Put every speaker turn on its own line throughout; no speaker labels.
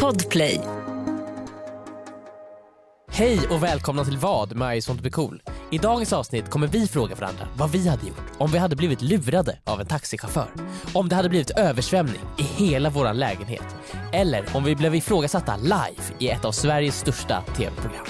Podplay.
Hej och välkomna till vad med I sånt blir cool. I dagens avsnitt kommer vi fråga varandra vad vi hade gjort om vi hade blivit lurade av en taxichaufför. Om det hade blivit översvämning i hela vår lägenhet. Eller om vi blev ifrågasatta live i ett av Sveriges största tv-program.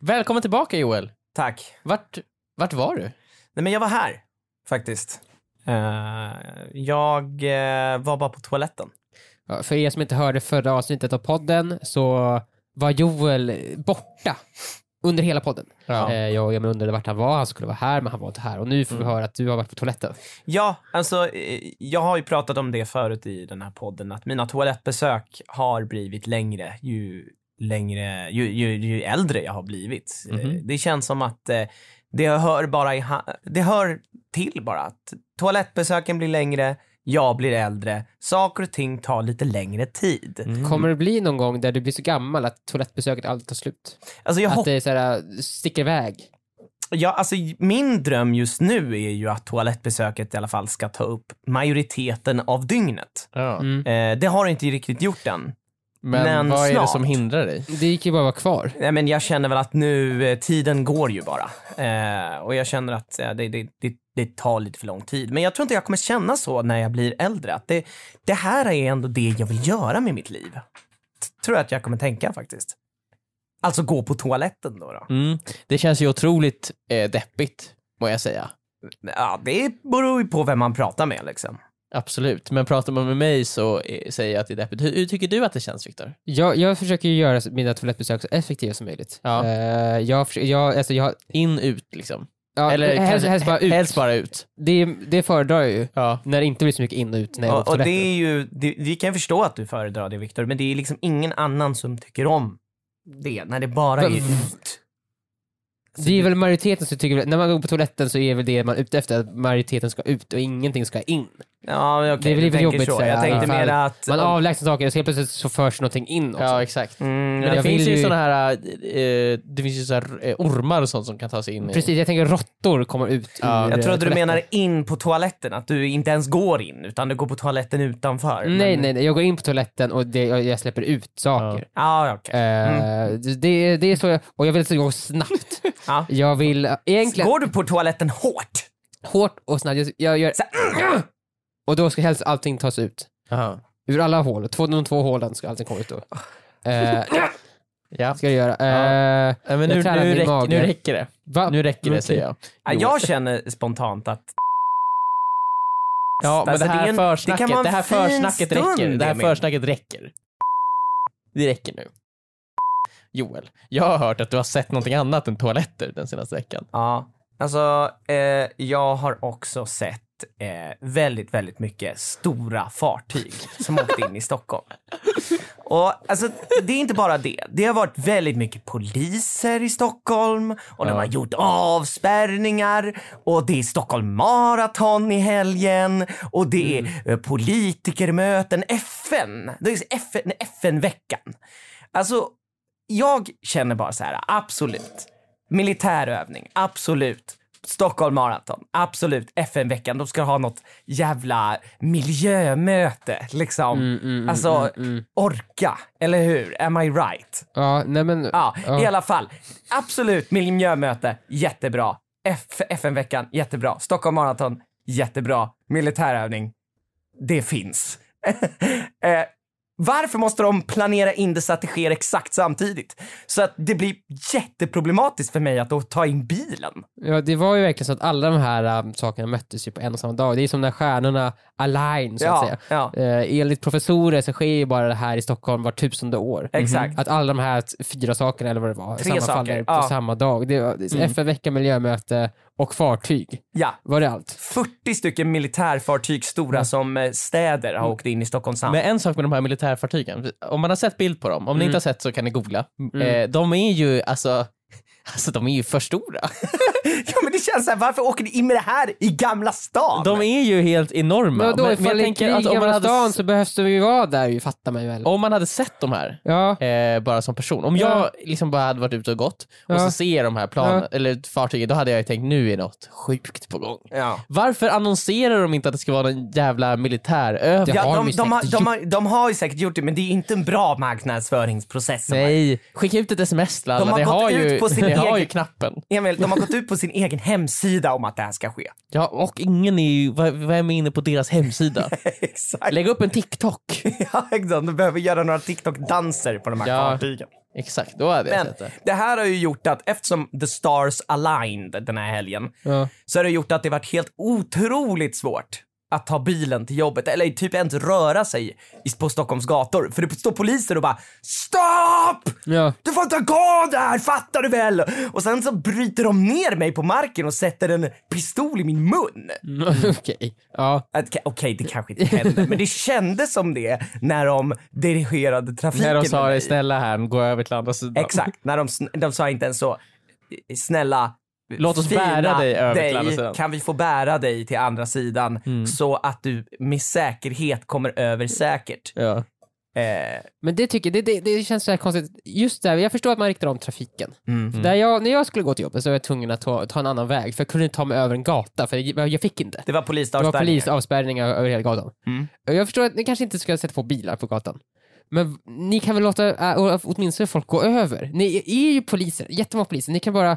Välkommen tillbaka Joel.
Tack.
Vart, vart var du?
Nej, men jag var här faktiskt. Eh, jag eh, var bara på toaletten.
Ja, För er som inte hörde förra avsnittet av podden så var Joel borta under hela podden.
Ja. Mm.
Eh, Jag och Emil undrade vart han var, han skulle vara här men han var inte här. Och nu får vi höra att du har varit på toaletten.
Ja, alltså eh, jag har ju pratat om det förut i den här podden, att mina toalettbesök har blivit längre ju längre, ju, ju, ju äldre jag har blivit. Eh,
Mhm.
Det känns som att eh, det hör bara i ha- det hör till bara att toalettbesöken blir längre, jag blir äldre, saker och ting tar lite längre tid.
Mm.
Kommer det bli någon gång där du blir så gammal att toalettbesöket aldrig tar slut?
Alltså jag
Att det är så här, sticker iväg?
Ja, alltså, min dröm just nu är ju att toalettbesöket i alla fall ska ta upp majoriteten av dygnet.
Ja.
Mm.
Eh, det har det inte riktigt gjort än.
Men,
Men
vad är det
snart.
som hindrar dig?
Det gick ju bara att vara kvar.
Nej, men jag känner väl att nu, eh, tiden går ju bara. Eh, och jag känner att eh, det, det, det, det tar lite för lång tid. Men jag tror inte jag kommer känna så när jag blir äldre. Att det, det här är ändå det jag vill göra med mitt liv. T- Tror jag att jag kommer tänka faktiskt. Alltså gå på toaletten då. då.
Mm. Det känns ju otroligt eh, deppigt, må jag säga.
Ja, det beror ju på vem man pratar med liksom.
Absolut, men pratar man med mig så eh, säger jag att det är deppigt. Hur, hur tycker du att det känns, Viktor?
Jag, jag försöker ju göra mina toalettbesök så effektiva som möjligt.
Ja.
Eh, Jag, förs- jag, alltså jag,
In, ut liksom?
ja, Eller helst,
kanske-
helst bara ut.
Helst bara ut.
Det, det föredrar jag ju.
Ja.
När det inte blir så mycket in och ut när jag går
Och,
på
och det
toaletten.
är ju, det, vi kan ju förstå att du föredrar det Viktor, men det är liksom ingen annan som tycker om det när det bara är
Men-
ut.
Det är väl majoriteten som tycker, när man går på toaletten så är väl det man är ute efter, att majoriteten ska ut och ingenting ska in.
Ja,
Det
okay,
är väl
du
lite
tänker
jobbigt
så.
så här,
Jag tänkte
i alla
mer
fall.
att...
Man avlägsnar saker och så helt plötsligt så förs någonting in också.
ja, exakt.
mm,
Men det
jag
finns,
vill
ju
ju-
såna här, eh, det finns ju såna här eh, ormar och sånt som kan ta sig in i...
Precis, jag tänker råttor kommer ut
Ja.
ur
jag trodde du
toaletten.
menade in på toaletten, att du inte ens går in utan du går på toaletten utanför.
Nej,
men-
nej, nej. Jag går in på toaletten och det, jag, jag släpper ut saker.
Ja, okej. Mm.
Eh, det, det är så jag, och jag vill att det ska gå snabbt.
Ja.
Jag vill eh, egentligen
Går du på toaletten hårt?
hårt och snabbt. Jag, jag gör
Så
och då ska helst allting tas ut.
Aha.
Ur alla hål. Två, de två hålen ska allting komma ut då.
Oh.
Eh,
Ja.
ska jag göra. Eh,
Nej, men
Jag
nu,
tränar
nu,
min
räck,
mage.
nu räcker det.
va?
Nu räcker det,
Okej.
säger jag.
Ja, jag känner spontant att...
Ja, men
Alltså,
det här
det är en- det kan
försnacket,
vara
det,
en
här
fin
försnacket
stund,
räcker. Det här
Emil.
försnacket räcker. Det räcker nu. Joel, jag har hört att du har sett någonting annat än toaletter den senaste veckan.
Ja, alltså eh, jag har också sett eh, väldigt, väldigt mycket stora fartyg som åkte in i Stockholm. Och alltså, det är inte bara det. Det har varit väldigt mycket poliser i Stockholm och de har gjort avspärrningar och det är Stockholm Marathon i helgen och det är eh, politikermöten, FN, det är FN, FN-veckan. Alltså, jag känner bara så här, absolut. Militärövning, absolut. Stockholm Marathon, absolut. FN-veckan, de ska ha något jävla miljömöte liksom. alltså, orka, eller hur? Am I right?
Ja, nej men.
Ja, i
ja.
alla fall. Absolut, miljömöte, jättebra. F- FN-veckan, jättebra. Stockholm Marathon, jättebra. Militärövning, det finns. eh, varför måste de planera in det så att det sker exakt samtidigt? Så att det blir jätteproblematiskt för mig att då ta in bilen.
Ja, det var ju verkligen så att alla de här äm, sakerna möttes ju på en och samma dag. Det är som när stjärnorna align så att
Ja,
säga.
ja.
Eh, enligt professorer så sker ju bara det här i Stockholm var tusende år. Mm-hmm.
Exakt.
Att alla de här t- fyra sakerna eller vad det var
Tre
sammanfaller
saker,
på
ja. Mm.
samma dag. Det var det är FN-vecka, miljömöte och fartyg.
Ja.
Var det allt?
40 stycken militärfartyg stora
Mm.
som eh, städer har åkt in i Stockholms hamn.
Men en sak med de här militärfartygen, om man har sett bild på dem, om
Mm.
Mm, ni inte har sett så kan ni googla. Eh, de är ju alltså, alltså de är ju för stora.
Ja men det känns så här, varför åker ni in med det här i Gamla stan?
De är ju helt enorma.
Men vadå, ifall det är krig i
om, man
Gamla
hade,
stan så behövs du ju vara där ju, fattar man ju väl.
om man hade sett de här
Ja.
eh, bara som person. Om
Ja.
jag liksom bara hade varit ute och gått och
Ja.
så ser jag de här planen, eller fartygen, då hade jag ju tänkt nu är något sjukt på gång.
Ja.
Varför annonserar de inte att det ska vara en jävla militärövning?
har
Ja,
de
de,
ju
de, har,
säkert
de, har, de har ju säkert gjort det, men det är inte en bra marknadsföringsprocess. som har-
Nej, skicka ut ett sms Lalla.
De har
ni
gått
har,
ut
ju,
på sin
ni har
egen-
ju knappen.
Emil, de har gått ut på sin egen hemsida om att det här ska ske.
Ja, och ingen är ju, v- vem är inne på deras hemsida?
Exakt.
Lägg upp en TikTok.
Ja, exakt. De behöver göra några TikTok-danser på de här
Ja.
fartygen.
Exakt, då hade jag
Men
sett det.
det här har ju gjort att eftersom the stars aligned den här helgen
Ja.
så har det gjort att det varit helt otroligt svårt att ta bilen till jobbet eller typ ens röra sig i- på Stockholms gator. För det står poliser och bara stopp!
Ja.
Du får inte gå där, fattar du väl? Och sen så bryter de ner mig på marken och sätter en pistol i min mun.
Mm.
Okej. Ja.
Att- Okej, det kanske inte hände, men det kändes som det när de dirigerade trafiken.
När de
med
sa
mig.
det, snälla här, gå över till andra sidan.
Exakt, när de, sn- de sa inte ens så, snälla,
Låt oss
fina
bära dig över till andra
dig,
sidan.
Kan vi få bära dig till andra sidan
Mm.
så att du med säkerhet kommer över säkert?
Ja.
Eh,
Men det tycker det, det, det känns så här konstigt. Just där, jag förstår att man riktar om trafiken.
Mm.
Där jag, när jag skulle gå till jobbet så var jag tvungen att ta, ta en annan väg, för jag kunde inte ta mig över en gata, för jag, jag fick inte.
det
Det
var
var
polisdagsspärrningar.
polisavspärrningar över hela gatan.
Mm.
Och Jag förstår att ni kanske inte ska sätta på bilar på gatan. Men v- ni kan väl låta äh, åtminstone folk gå över? Ni är ju poliser, jättemånga poliser. Ni kan bara...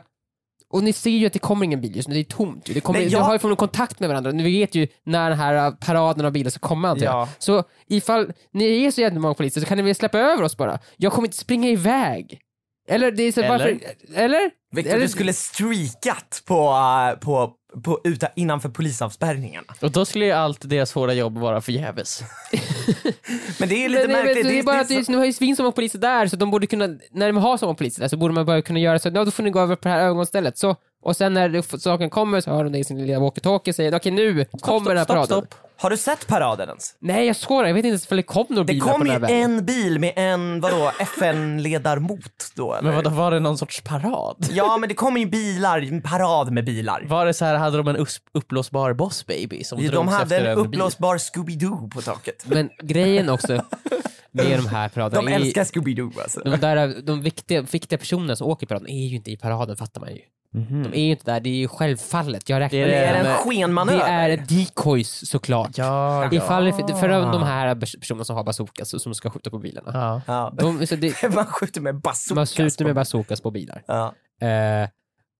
Och ni ser ju att det kommer ingen bil just nu, det är tomt ju. Det kommer,
Men jag-
Ni har ju förmodligen kontakt med varandra, ni vet ju när den här äh, paraden av bilar ska komma antar jag.
Ja.
Så ifall ni är så jävla många poliser så kan ni väl släppa över oss bara? Jag kommer inte springa iväg. Eller? Det är så,
Eller?
Varför, eller?
Victor,
eller
du skulle streakat på, eh, på, på, uta, innanför polisavspärrningarna.
Och då skulle ju allt deras hårda jobb vara förgäves.
Men det
Nej,
är
nej,
lite
men
märkligt.
det är bara att
så-
just nu har ju svin så många poliser där, så de borde kunna, när de har så många poliser där så borde man bara kunna göra så, ja då får ni gå över på det här övergångsstället. Så, och sen när det- saken kommer så har de det i sin lilla walkie-talkie och säger okej nu kommer den här paraden.
Har du sett paraden ens?
Nej jag skojar, jag vet inte ens om det kom några
Det
bilar på
kom
den
ju
här vägen.
en bil med en, vadå, FN-ledarmot då eller?
Men vadå, var det någon sorts parad?
Ja men det kom ju bilar, en parad med bilar.
Var det så här, hade de en us- uppblåsbar boss baby som
De
drogs
hade
efter
en
en bil?
uppblåsbar Scooby-Doo på taket.
Men grejen också med de här paraderna,
De
är ju-
älskar Scooby-Doo alltså.
de, där, de viktiga, viktiga personerna som åker i paraden är ju inte i paraden fattar man ju. De är ju inte där, det är ju självfallet. Jag räknar
Det är
Det är
med- eh,
en
Det
skenmanöver.
är decoys såklart.
Ja, ja.
Ifall, för, för de här pers- personerna som har bazookas och som ska skjuta på bilarna.
Ja.
Ja.
De, så det,
Man skjuter med bazookas.
man skjuter
på-
med bazookas på bilar.
Ja.
Eh,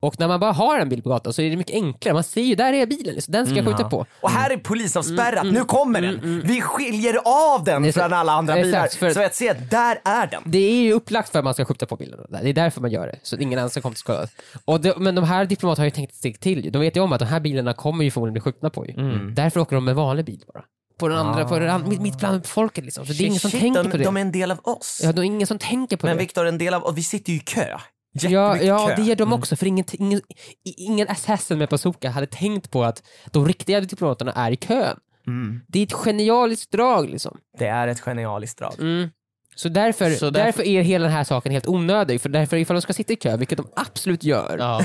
och när man bara har en bil på gatan så är det mycket enklare. Man ser ju, där är bilen, så den ska jag skjuta på.
Och här är polisavspärrat,
Mm,
nu kommer den! Vi skiljer av den
Exakt.
från alla andra
Exakt,
bilar.
för-
Så att se, där är den.
Det är ju upplagt för att man ska skjuta på bilarna. där. Det är därför man gör det, så att ingen annan ska komma till skada. Och det, men de här diplomaterna har ju tänkt ett steg till. De vet ju om att de här bilarna kommer ju förmodligen bli skjutna på. Ju.
Mm.
Därför åker de med vanlig bil bara. På den andra, på den, an- mitt, mitt bland folket liksom. Så det är ingen som
Shit,
tänker
de,
på det.
de är en del av oss.
Ja, det är ingen som tänker på
Men
det.
Viktor, en del av och vi sitter ju i kö.
Ja,
Jättemycket
ja
kö. Mm.
det gör de också, för ingen, ingen, i- ingen assassin med bazooka hade tänkt på att de riktiga diplomaterna är i kön.
Mm.
Det är ett genialiskt drag liksom.
Det är ett genialiskt drag.
Mm. Så därför,
Så
därför...
därför-
är hela den här saken helt onödig, för därför ifall de ska sitta i kö, vilket de absolut gör,
ja.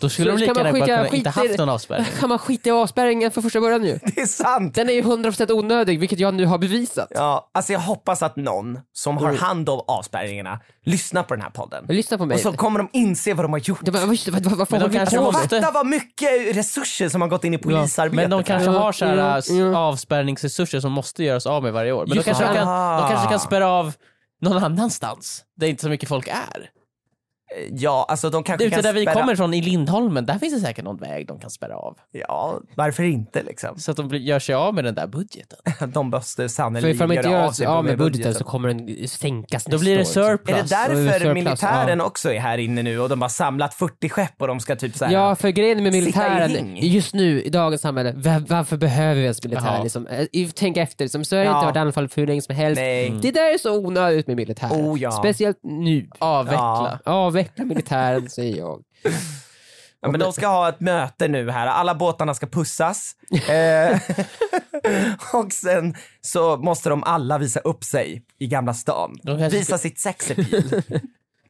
Då skulle
Så
de
ska
lika
man
gärna bara
skicka-
kunna inte
skita i
haft
det.
någon avspärrning.
kan man skita i avspärringen från första början ju.
Det är sant!
Den är ju 100% onödig, vilket jag nu har bevisat.
Ja, alltså jag hoppas att någon som
Mm.
har hand om avspärrningarna lyssnar på den här podden.
Men lyssna på mig.
Och så kommer de inse vad de har gjort.
De bara, "Vad- vad- vad- Varför
Men de
håller vi
kanske
på
måste-
med?"
Fatta vad mycket resurser som har gått in i polisarbetet.
Men de kanske
Ja,
har så här,
ja, ja.
äh, avspärrningsresurser som måste göras av med varje år. Men då
Just
kanske de,
det.
kan, de kanske
Ah.
kan spärra av någon annanstans, där inte så mycket folk är.
Ja, alltså de kanske
Ute
kan
där vi
spärra-
kommer ifrån, i Lindholmen, där finns det säkert någon väg de kan spärra av.
Ja, varför inte liksom?
Så att de blir- gör sig av med den där budgeten.
De måste
För
sannerligen
ifall de inte
göra
gör
av
sig
sig
av med budgeten så kommer den sänkas
Då blir det
Är det
surplus.
och det är
därför
surplus,
militären också är här inne nu och de har samlat 40 skepp och de ska typ såhär...
Ja, för grejen med
Sitta i
militären
ring.
just nu i dagens samhälle, va- varför behöver vi ens militär?
Ja.
Liksom? Eh, i- Tänk efter, liksom. Sverige har
Ja.
inte varit anfallet hur länge som helst.
Nej. Mm.
Det där är så onödigt med militären.
Oh, ja.
Speciellt nu.
Avveckla.
Avveckla militären, säger jag.
Ja, men de ska ha ett möte nu här. Alla båtarna ska pussas. Eh, och sen så måste de alla visa upp sig i Gamla stan.
De kanske
Visa sitt sex appeal.
äh,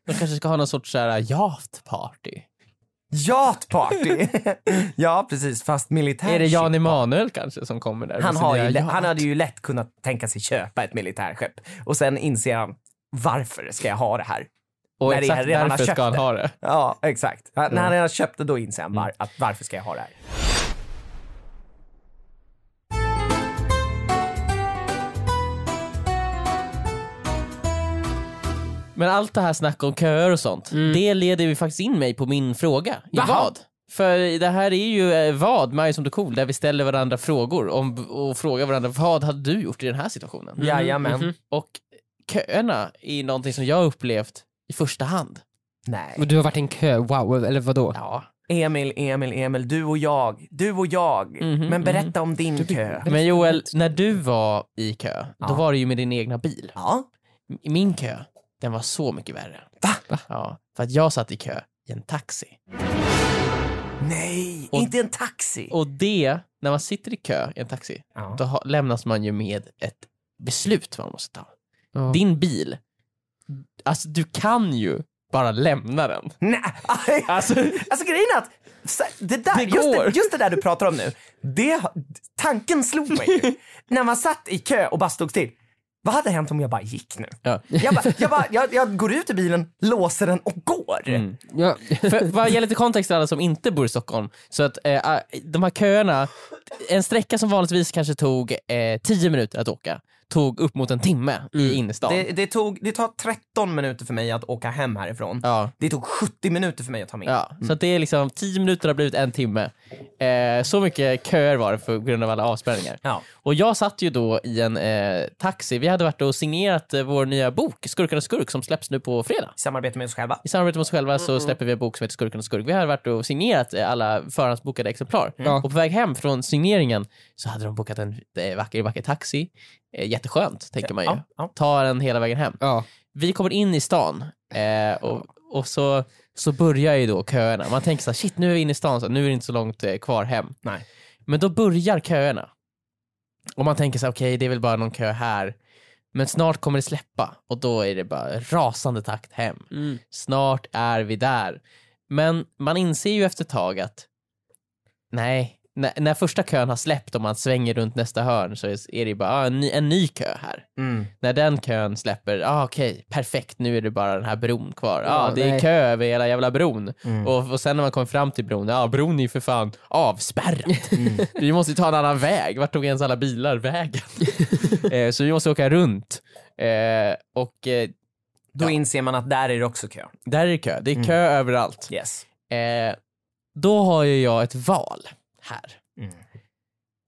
De kanske ska ha någon sorts så här, yacht party.
Yachtparty! ja, precis. Fast militär.
Är det Jan Emanuel kanske som kommer där? med
Ah, han,
sin
har
nya
ju, lä-
yacht?
han hade ju lätt kunnat tänka sig köpa ett militärskepp och sen inser han varför ska jag ha det här?
Och
när det
exakt
redan har
därför
köpt
ska han
det.
ha det.
Ja, exakt. Han, När han redan köpte då inser han var, att varför ska jag ha det här?
Men allt det här snacket om köer och sånt, det leder ju faktiskt in mig på min fråga. I
Mm. Jaha.
vad? För det här är ju eh, vad, Maj som du cool, där vi ställer varandra frågor om, och frågar varandra vad hade du gjort i den här situationen?
Jajamän.
Och köerna är någonting som jag har upplevt i första hand.
Nej.
Och du har varit i en kö, wow, eller vadå?
Ja.
Emil, Emil, Emil, du och jag. Du och jag.
Mhm,
Men berätta om din kö.
Men Joel, när du var i kö, då var det ju med din egna bil.
Ja.
I min kö, den var så mycket värre. Va? Ja, för att jag satt i kö i en taxi.
Nej,
Och-
inte en taxi.
Och det, när man sitter i kö i en taxi,
Ja.
då ha, lämnas man ju med ett beslut man måste ta.
Ja.
Din bil, alltså du kan ju bara lämna den.
Nej.
Alltså,
Alltså grejen är att så- det där,
Det
just,
går.
det, just det där du pratar om nu, det, har- tanken slog mig ju. När man satt i kö och bara stod still. Vad hade hänt om jag bara gick nu?
ja.
Jag, bara, jag, bara, jag, jag går ut ur bilen, låser den och går.
Mm.
Ja.
För, vad gäller till kontext till alla som inte bor i Stockholm, så att eh, de här köerna, en sträcka som vanligtvis kanske tog eh, 10 minuter att åka, tog upp mot en timme i innerstan.
Det, det, tog, det tar 13 minuter för mig att åka hem härifrån.
Ja.
Det tog 70 minuter för mig att ta mig in.
Ja, så att det är liksom 10 minuter har blivit en timme. Eh, så mycket köer var det för på grund av alla avspärrningar.
Ja.
Och jag satt ju då i en eh, taxi. Vi hade varit och signerat eh, vår nya bok Skurken och skurk som släpps nu på fredag.
I samarbete med oss själva.
I samarbete med oss själva så släpper vi en bok som heter Skurken och skurk. Vi hade varit och signerat eh, alla förhandsbokade exemplar.
Mm.
Ja.
Och på väg hem från signeringen så hade de bokat en eh, vacker, vacker taxi. Eh, jätteskönt, tänker man ju.
Ja, ja.
Ta den hela vägen hem
ja.
vi kommer in i stan eh, och, och så, så börjar ju då köerna. Man tänker så här, shit nu är vi inne i stan, så nu är det inte så långt eh, kvar hem.
Nej.
Men då börjar köerna. Och man tänker så här, okej det är väl bara någon kö här. Men snart kommer det släppa och då är det bara rasande takt hem. Snart är vi där. Men man inser ju efter ett tag att nej, när, när första kön har släppt och man svänger runt nästa hörn så är, är det ju bara ah, en, ny, en ny kö här
Mm.
när den kön släpper, ah, okej, perfekt, nu är det bara den här bron kvar. ah,
Ja,
det är
nej.
kö över hela jävla bron.
Mm.
Och, och sen när man kommer fram till bron, ja, ah, bron är ju för fan avspärrad.
Mm.
vi måste ju ta en annan väg. Vart tog ens alla bilar vägen? eh, så vi måste åka runt. Eh, och eh,
Då
Ja.
inser man att där är det också kö.
där är det kö. Det är kö
Mm.
överallt.
Yes.
Eh, då har ju jag ett val här.
Mm.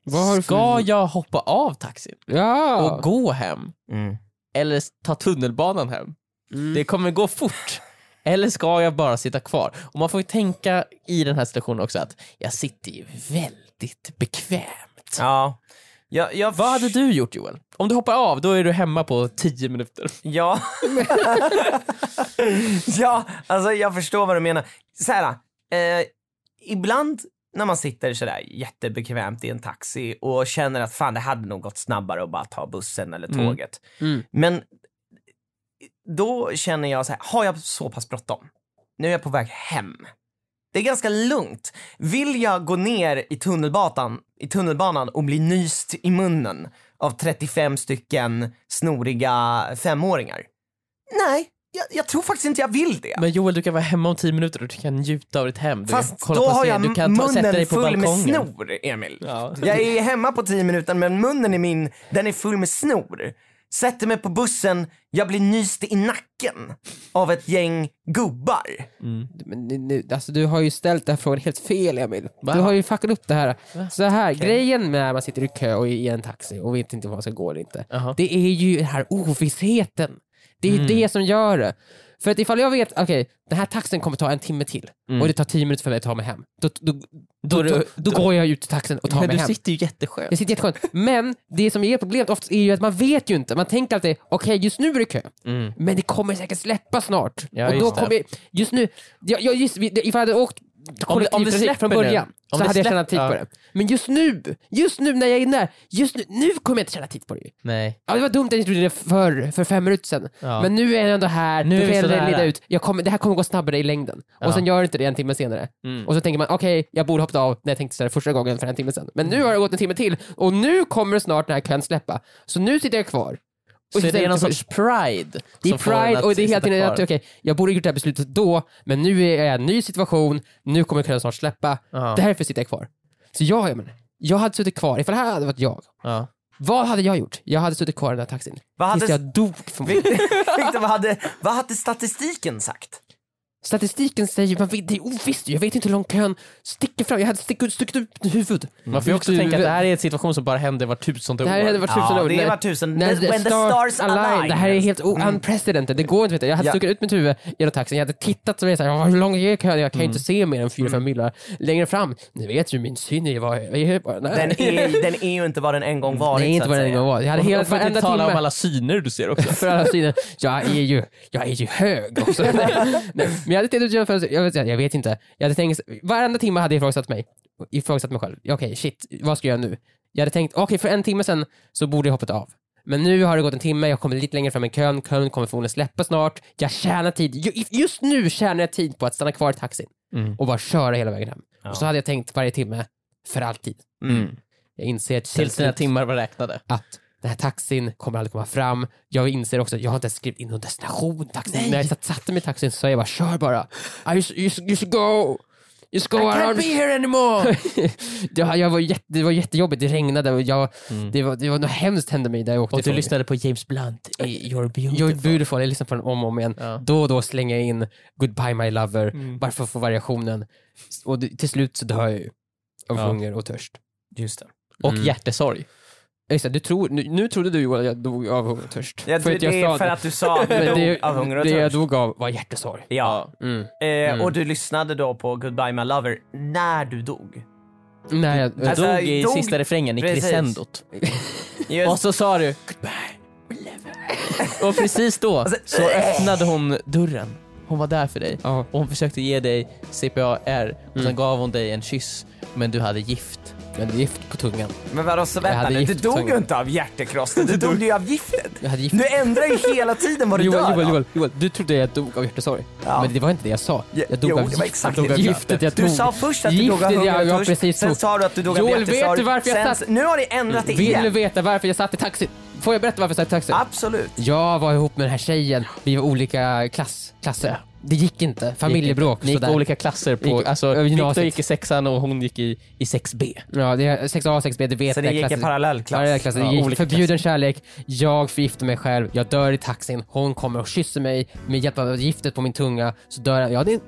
Vad har du
Ska
för...
jag hoppa av taxin
Ja.
och gå hem?
Mm.
Eller ta tunnelbanan hem?
Mm.
Det kommer gå fort. Eller ska jag bara sitta kvar? Och man får ju tänka i den här situationen också att jag sitter ju väldigt bekvämt.
Ja. Jag, jag,
Vad hade du gjort Joel? Om du hoppar av, då är du hemma på 10 minuter.
Ja. ja, alltså jag förstår vad du menar. Så här, eh, ibland när man sitter sådär jättebekvämt i en taxi och känner att fan det hade nog gått snabbare att bara ta bussen eller
Mm.
tåget.
Mm.
Men då känner jag så här, har jag så pass bråttom? Nu är jag på väg hem. Det är ganska lugnt. Vill jag gå ner i tunnelbanan, i tunnelbanan och bli nyst i munnen av 35 stycken snoriga femåringar? Nej, jag, jag tror faktiskt inte jag vill det.
Men Joel, du kan vara hemma om 10 minuter och du kan njuta av ditt hem. Du kan
Fast
kolla
då
på
har
scen,
jag
du kan ta, sätta dig
munnen
på
full med
balkongen.
snor, Emil.
Ja.
Jag är hemma på 10 minuter men munnen är min, den är full med snor. Sätter mig på bussen, jag blir nyst i nacken av ett gäng gubbar.
Men nu- nu, alltså, du har ju ställt den här frågan helt fel Emil.
Va?
Du har ju fuckat upp det här. Så här, grejen med när man sitter i kö och i en taxi och vet inte vad man ska gå eller inte.
Jaha. Mm.
Det är ju den här ovissheten. Det är ju det som gör det. För att ifall jag vet, okej, den här taxin kommer ta en timme till
Mm.
och det tar tio minuter för mig att ta mig hem. Då, då, då, då, då, går jag ut till taxin och tar
Men
mig
du
hem.
sitter ju jätteskönt.
Jag sitter jätteskönt. Men det som är problemet oftast är ju att man vet ju inte. Man tänker alltid, okej just nu är det kö. Men det kommer säkert släppa snart.
Mm. Ja,
och då
just det.
kommer jag, just nu, jag, jag, just, ifall jag hade åkt kollektivtrafik från
släpper nu-
början så
om det
hade jag
släpp-
tjänat tid
ja.
på det. Men just nu, just nu när jag är där, just nu, nu kommer jag inte tjäna tid på det ju.
Nej.
Ja, det var dumt att jag inte gjorde det för, för fem minuter sedan.
Ja.
Men nu är jag ändå här,
Nu
nu
är vi
kan
så
jag redan
nära.
leda ut. Jag kommer, det här kommer gå snabbare i längden.
Ja.
Och sen gör det inte det en timme senare.
Mm.
Och så tänker man, okej, jag borde hoppat av när jag tänkte så här första gången för en timme sedan. Men nu har det gått en timme till och nu kommer snart den här kön släppa. Så nu sitter jag kvar.
Så
Och
det är
sitter-
någon sorts pride?
det är
som får en
pride
att
och det är hela
sitta
tiden att
kvar.
okej, jag borde gjort det här beslutet då, men nu är jag i en ny situation, nu kommer kön snart släppa,
Ja.
därför sitter jag kvar. Så jag, jag, menar, jag hade suttit kvar, ifall det här hade varit jag,
Ja.
vad hade jag gjort? Jag hade suttit kvar i den här taxin.
Vad
tills
hade-
jag dog förmodligen.
Victor, vad, hade, vad hade statistiken sagt?
Statistiken säger, man vet, det är ovisst, jag vet inte hur lång kön sticker fram, jag hade stick, stuckit upp huvudet.
Man får ju också
Ut ur
tänka att det
huvudet.
här är en situation som bara händer var tusende år.
det här hade varit tusen
Ja,
år.
det
När-
var tusen-
när
the- when the stars align. Mm.
Det här är helt o- unprecedented, det går inte. Vet jag. jag hade
Ja.
stuckit ut mitt huvud genom taxin, jag hade tittat och så här, "Åh, hur lång är kön? Jag kan ju inte se
Mm.
mer än fyra, fem bilar längre fram. Ni vet ju min syn är vad jag är bara
Den
nära.
är, den är ju inte vad den en gång varit.
Det är inte
så
vad
att
den en
säga.
gång var. Jag hade
Alltså, Och-
helt
och för att inte
varenda
tala om
timme
alla syner du ser också.
för alla synen. Jag är ju, jag är ju hög också. Nej, men jag hade tittat ut för jag vet, jag vet inte. Jag hade tänkt, varenda timme hade jag ifrågasatt mig. Ifrågasatt mig själv. Okej, shit, vad ska jag göra nu? Jag hade tänkt, okej för en timme sedan så borde jag hoppat av. Men nu har det gått en timme, jag kommer lite längre fram i kön, kön kommer förmodligen släppa snart. Jag tjänar tid, Ju- just nu tjänar jag tid på att stanna kvar i taxin
Mm.
och bara köra hela vägen hem.
Ja.
Och så hade jag tänkt varje timme, för alltid.
Mm.
Jag inser till
Tills dina
slut
timmar var räknade.
att den här taxin kommer aldrig komma fram. Jag inser också att jag har inte ens skrivit in någon destination. i Taxin. När jag satt, satte mig i taxin så sa jag bara kör bara. I just, just, just go! Just go I can't be here anymore! jag, jag var jätte, det var jättejobbigt, det regnade och jag, det, var, det var något hemskt hände mig där jag åkte
Och du
ifrån.
lyssnade på James Blunt i Äh, Your
You're
Beautiful.
beautiful, jag lyssnar på den om och om igen.
Ja.
Då och då slänger jag in Goodbye My Lover, bara för att få variationen. Och det, till slut så dör jag ju av
Ja.
hunger och törst.
Just det.
Och
Mm.
hjärtesorg.
Just det, du tror, nu, nu trodde du Johan att jag dog av hunger och törst.
Ja,
För
det,
att jag
det
sa
är
det.
för att du sa att du
Men
dog
det,
av hunger och
det jag
törst.
dog av var hjärtesorg.
Ja.
Mm.
Eh, och du lyssnade då på Goodbye My Lover när du dog.
Nej, jag,
Du
Alltså,
dog i
dog-
sista refrängen i
Precis.
crescendot.
Just,
Och så sa du Och precis då
Alltså,
så
äh.
öppnade hon dörren. Hon var där för dig.
Ja.
Och hon försökte ge dig CPAR och sen gav hon dig en kyss men du hade gift.
jag hade gift på tungan.
men vadå, så vänta
hade
nu, du
gift på
dog ju
tungan.
inte av hjärtekrossen, du dog ju av giftet.
Jag hade gift.
Du ändrar ju hela tiden vad du
Johan,
dör
Johan,
av.
Johan, Johan, du trodde jag dog av hjärtesorg.
Ja.
Men det var inte det jag sa.
Ja,
Jag dog
jo,
av
det var
gift.
exakt
jag dog
det.
av giftet jag tog.
Du sa först att du dog av
Giftet,
hunger
ja,
och
ja,
törst,
precis så.
sen sa du att du dog av
Joel,
hjärtesorg.
vet du varför jag
sen,
satt-
Nu har ni ändrat det
Vill du
igen.
veta varför jag satt i taxin? Får jag berätta varför jag satt i taxin?
Absolut.
Jag var ihop med den här tjejen, vi var olika klass, klasser. Det gick inte, familjebråk
Ni gick
sådär.
olika klasser på,
Gick-
alltså
över gymnasiet.
Victor gick i sexan och hon gick i, i 6B.
Ja, det är 6A, 6B, det vet
Så
jag.
ni gick i
Klassiskt.
parallellklass?
Parallellklass.
Ja,
Det gick
olika
förbjuden kärlek, jag förgifter mig själv, jag dör i taxin, hon kommer och kysser mig med hjälp av giftet på min tunga, så dör jag. Ja, det är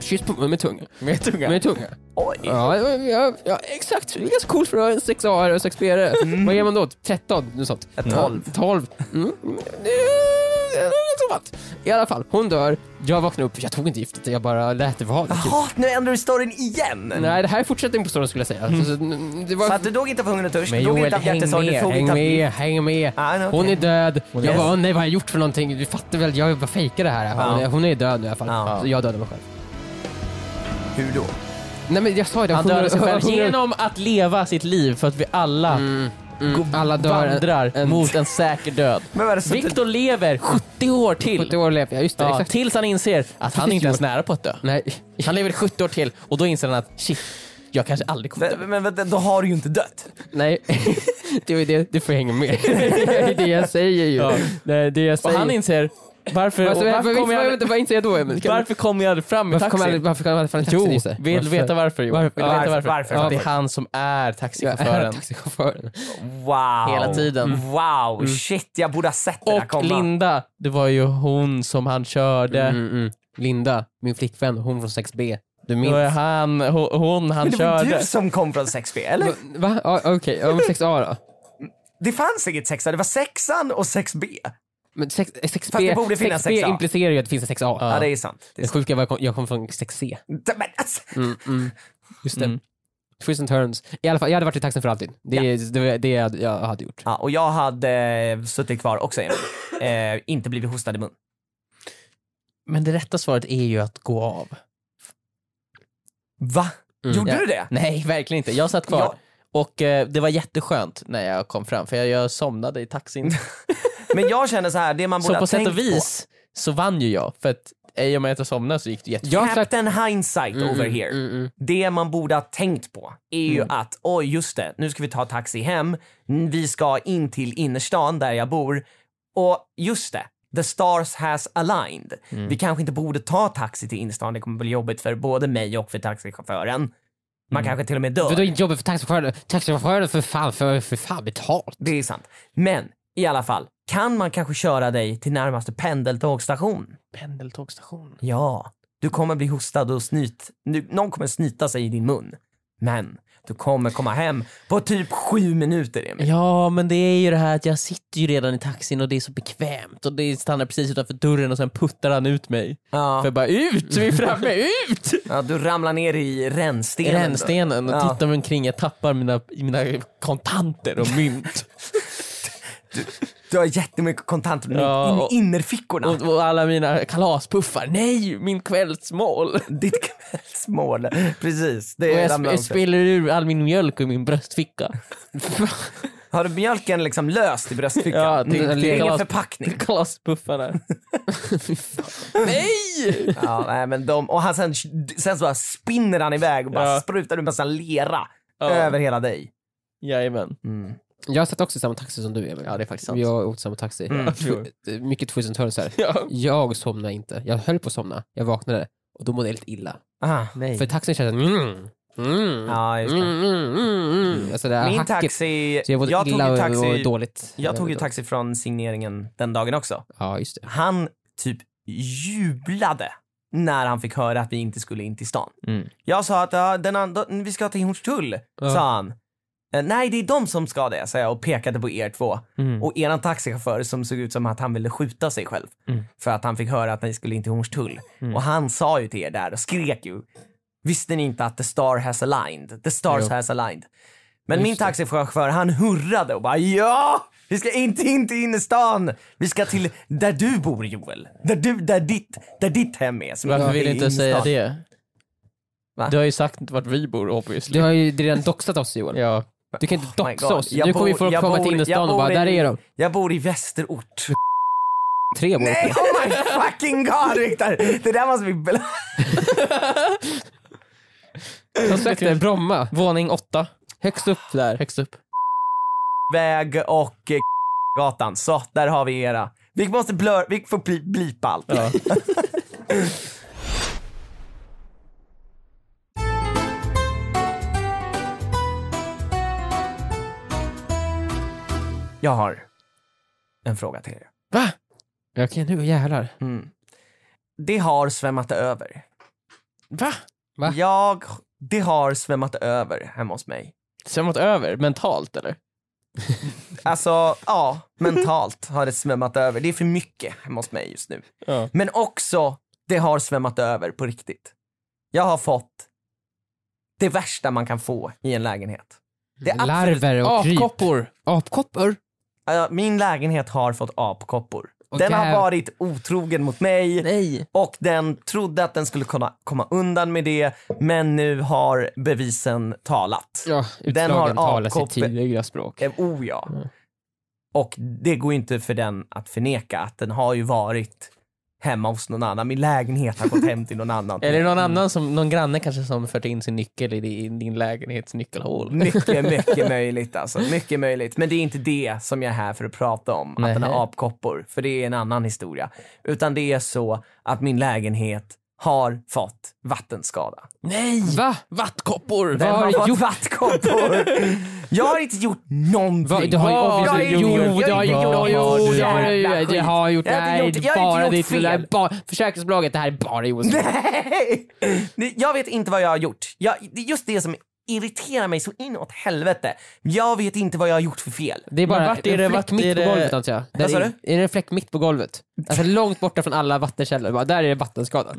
kyss på min tunga.
Med tunga.
Med tunga.
Oj.
Ja, ja, ja, ja exakt. Det är ganska coolt för att vara en 6 a och 6 b
Mm.
Vad ger man då? 13? Något sånt.
Ja, 12.
12. Mm. Mm. Något sånt. I alla fall, hon dör, jag vaknar upp, jag tog inte giftet, jag bara lät det vara.
Jaha, nu ändrar du storyn igen?
Nej, det här är fortsättning på storyn skulle jag säga. Så, mm, det var
Så att du dog inte av hunger och törst,
Men
du dog
Joel,
inte av
häng
hjärtesorg, du
med,
dog
häng
inte av
med, häng med.
Ah, nej,
Hon
okej.
är död. Jag
är-
bara, åh, nej vad har jag gjort för någonting? Du fattar väl, jag bara fejkar det här. Hon,
Ja.
är, hon är död nu i alla fall.
Ja.
Så jag dödade mig själv.
Hur då?
Nej men jag sa ju det.
Han
sjunger-
dödade sig själv
sjunger-
genom att leva sitt liv för att vi alla
Mm, alla dör.
vandrar
en-
mot en säker död.
Men vad är det som-
Viktor lever 70 år till.
70 år lever jag, just det.
Ja,
exakt.
tills han inser att han inte ens är nära på att dö.
Nej.
Han lever 70 år till och då inser han att shit, jag kanske aldrig kommer dö.
Men, men vänta, då har du ju inte dött.
Nej, det, var ju det, det får hänga med. Det är det jag säger ju.
Ja.
Nej, det jag
Och
säger.
han inser varför, och
alltså, varför
varför kommer jag
Vänta,
aldrig-
vad inser jag då Emil? Kan-
varför kommer jag aldrig fram i
Varför kommer
taxin?
jag varför kommer jag från
Jo,
taxin? just det?
vill du veta varför Johan? Vill du veta
Varför?
varför?
Varför?
För att det är
Varför?
han som är
Ja,
taxichauffören.
Taxichauffören.
Wow.
Hela tiden.
Wow,
Mm.
shit, jag borde ha sett det där
Och
komma.
Linda, det var ju hon som han körde.
Mm, mm. Linda, min flickvän, hon från 6B. Du
Det var
minns?
han, ho- hon han
Men det var
körde.
du som kom från 6B, eller?
Va? Ja, Okej, ja, men 6A då?
Det fanns inget sexa, det var sexan och 6B.
Men eh, 6, 6B,
Fast det borde finnas
6B
6A.
implicerar ju att det finns en 6A.
Ja, det är sant. Det är
Det
sant.
sjuka var att jag kom- jag kom från 6C.
Men, alltså,
Just det.
Mm.
Twists and turns. I alla fall, jag hade varit i taxin för alltid. Det är det, var det jag, jag hade gjort.
ja, och jag hade eh, suttit kvar också genom eh, inte blivit hostad i mun.
Men det rätta svaret är ju att gå av.
Va? Gjorde
Mm. Ja.
du det?
Nej, verkligen inte. Jag satt kvar.
Ja.
Och eh, det var jätteskönt när jag kom fram, för jag, jag somnade i taxin.
Mm. Men jag känner så här, det man borde
så
ha
på sätt
tänkt
och vis så vann ju jag, för att i och med att jag somnade så gick det jättefort.
på.
Jag Mm,
Captain hindsight over here. Det man borde ha tänkt på är ju att, oj just det, nu ska vi ta taxi hem, Mm, vi ska in till innerstan där jag bor och just det, the stars has aligned.
Mm.
Vi kanske inte borde ta taxi till innerstan, det kommer bli jobbigt för både mig och för taxichauffören. Man kanske till och med dör.
Vadå jobbigt Mm. för taxichauffören? Taxichauffören för fan, för, för fan betalt.
Det är sant. Men i alla fall, kan man kanske köra dig till närmaste pendeltågstation?
Pendeltågstation.
Ja, du kommer bli hostad och snyt... Nu, någon kommer snyta sig i din mun. Men du kommer komma hem på typ sju minuter, Emil.
Ja, men det är ju det här att jag sitter ju redan i taxin och det är så bekvämt och det stannar precis utanför dörren och sen puttar han ut mig. För
Ja.
jag bara ut, vi är framme, ut!
ja, du ramlar ner i rännstenen. då.
Rännstenen och
Ja.
tittar mig omkring, jag tappar mina, mina kontanter och mynt.
Du har jättemycket kontanter
Ja,
in,
och-
in, innerfickorna.
Och, och alla mina kalaspuffar. Nej, min kvällsmål! Och
Ditt kvällsmål. Precis. Det
jag
ramlar
sp-
också.
spiller ur all min mjölk ur min bröstficka.
Har du mjölken liksom löst i bröstfickan?
Ja,
det,
den
det är
ligger-
ingen förpackning.
Kalaspuffarna. Nej!
Ja, nej, men de, och han sen, sen så bara spinner han iväg och bara
Ja.
sprutar ut massa lera
Ja.
över hela dig. Mm.
Jajamän.
Jag satt också i samma taxi som du Emil.
Ja, det är faktiskt sant.
Vi har åkt samma taxi.
Mm.
Tw- Mycket twists and turns här.
Ja.
Jag somnade inte. Jag höll på att somna. Jag vaknade och då mådde jag lite illa.
Ah.
Nej.
För taxin kändes mm, mm,
Ja, just det.
mm, mm, mm, mm. Alltså det här
Min
hacket.
taxi,
Så jag mådde
jag tog,
illa
ju
och,
taxi
och dåligt.
jag tog ju
Dåligt.
taxi från signeringen den dagen också.
Ja, just det.
Han typ jublade när han fick höra att vi inte skulle in till stan.
Mm.
Jag sa att ja, den andra, vi ska till Hornstull,
Ja.
sa han. Eh, Nej, det är de som ska det, sa jag och pekade på er två. Och eran taxichaufför som såg ut som att han ville skjuta sig själv.
Mm.
För att han fick höra att ni skulle in till Hornstull. Och han sa ju till er där och skrek ju. Visste ni inte att the star has aligned? The stars
Jo.
has aligned. Men
Just
min
det.
taxichaufför han hurrade och bara ja! Vi ska inte in till innerstan! Vi ska till där du bor Joel. Där, du, där, ditt, där ditt hem är. som
Varför
inte
vill
är
du inte
innerstan.
säga det?
Va?
Du har ju sagt vart vi bor obviously.
Du har ju redan doxat oss Joel.
Ja.
Du kan inte
Oh my
doxa
God.
oss.
Jag
nu kommer ju
bor-
folk
jag
komma till
bor- jag
innerstan och
bor
bara,
i-
där är de.
Jag bor i Västerort.
Tre år.
Nej, oh my fucking god Viktor! Det där måste vi... bla-
De sökte Bromma.
Våning åtta,
Högst upp där.
högst upp.
väg och eh, gatan. Så, där har vi era. Vi måste blör, vi får bli, blipa allt.
Ja.
Jag har en fråga till er.
Va? Okej, nu jävlar.
Det har svämmat över.
Va?
Va?
Jag, det har svämmat över hemma hos mig.
Svämmat över mentalt eller?
Alltså, ja, mentalt har det svämmat över. Det är för mycket hemma hos mig just nu.
Ja.
Men också, det har svämmat över på riktigt. Jag har fått det värsta man kan få i en lägenhet. Det är absolut-
Larver
Ah,
och kryp.
Apkoppor.
Apkoppor?
Ja, Min lägenhet har fått apkoppor.
Och
Den har
där-
varit otrogen mot mig
Nej.
och den trodde att den skulle kunna komma undan med det men nu har bevisen talat.
Ja,
Den har
utslagen
Ah,
talar sitt
apkoppor.
tydliga Mm. språk.
Eh, Oh ja. Och det går ju inte för den att förneka att den har ju varit hemma hos någon annan. Min lägenhet har gått hem till någon annan.
Eller någon annan som, någon granne kanske som fört in sin nyckel i din, din lägenhets nyckelhål.
Mycket, mycket möjligt alltså. Mycket möjligt. Men det är inte det som jag är här för att prata om, att den
Nähä.
har apkoppor, för det är en annan historia. Utan det är så att min lägenhet har fått vattenskada.
Nej!
Va?
Vattkoppor!
Den
Vad har
har
du
fått
gjort?
vattkoppor. Jag har inte gjort någonting.
Va, du har ju obviously
Jag har
Vad?
inte
jo,
gjort-
jo,
jag
du
har
har ju gjort jo,
inte gjort något
jo, det har
jävla
du ju.
skit.
Det har gjort.
Jag har inte
Nej,
gjort-
det är
jag har inte
bara
gjort
ditt. Det
fel.
är bara, försäkringsbolaget, det här är bara Joels fel.
Nej! Nej, Jag vet inte vad jag har gjort. Jag, det är just det som irriterar mig så inåt helvete. Jag vet inte vad jag har gjort för fel.
Det är bara
Men vart är det-
en fläck
vart är
mitt
det-
på golvet antar jag. Där
Vad sa
är,
du? Mm.
är det en fläck mitt på golvet? Alltså långt borta från alla vattenkällor. Bara, där är det vattenskada.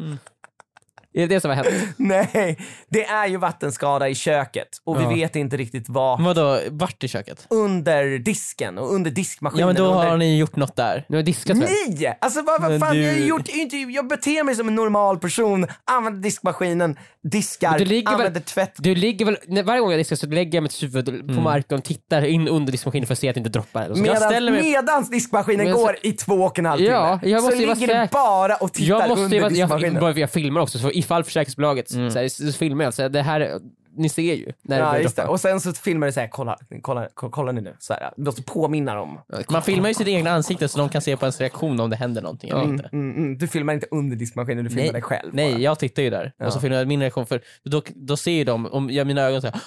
Är det det som har hänt?
Nej, det är ju vattenskada i köket och
Ja.
vi vet inte riktigt vad.
Vadå, vart i köket?
Under disken och under diskmaskinen.
Ja men då
och under...
har ni gjort något där.
Nu har jag diskat väl?
Nej! Alltså vad,
Men
vad fan,
du-
jag, har gjort, jag, har inte, jag beter mig som en normal person. Använder diskmaskinen, diskar,
Du ligger väl-
använder tvätt.
Du ligger väl, när- varje gång jag diskar så lägger jag mitt huvud
Mm.
på marken och tittar in under diskmaskinen för att se att det inte droppar. Eller så.
Medans,
ställer mig-
medans diskmaskinen
Men jag-
går i två och en halv timme
Ja, jag måste
så
ju vara
ligger du
säker.
bara och tittar
jag måste
under
ju vara, jag,
diskmaskinen. Mm.
jag, jag filmar också, så ifall försäkringsbolaget så, här, så filmar jag. Så här, det här, ni ser ju när det
Ja,
börjar
just det.
droppa.
Och sen så filmar du så här, kolla, kolla, kolla, kolla ni nu. Så här, då påminner om.
Man filmar ju sitt egna ansikte så de kan se på ens reaktion om det händer någonting eller inte.
Mm, mm, du filmar inte under diskmaskinen, du filmar dig själv.
Nej, jag tittar ju där och så filmar jag min reaktion. För då, då ser ju de, om jag mina ögon så här,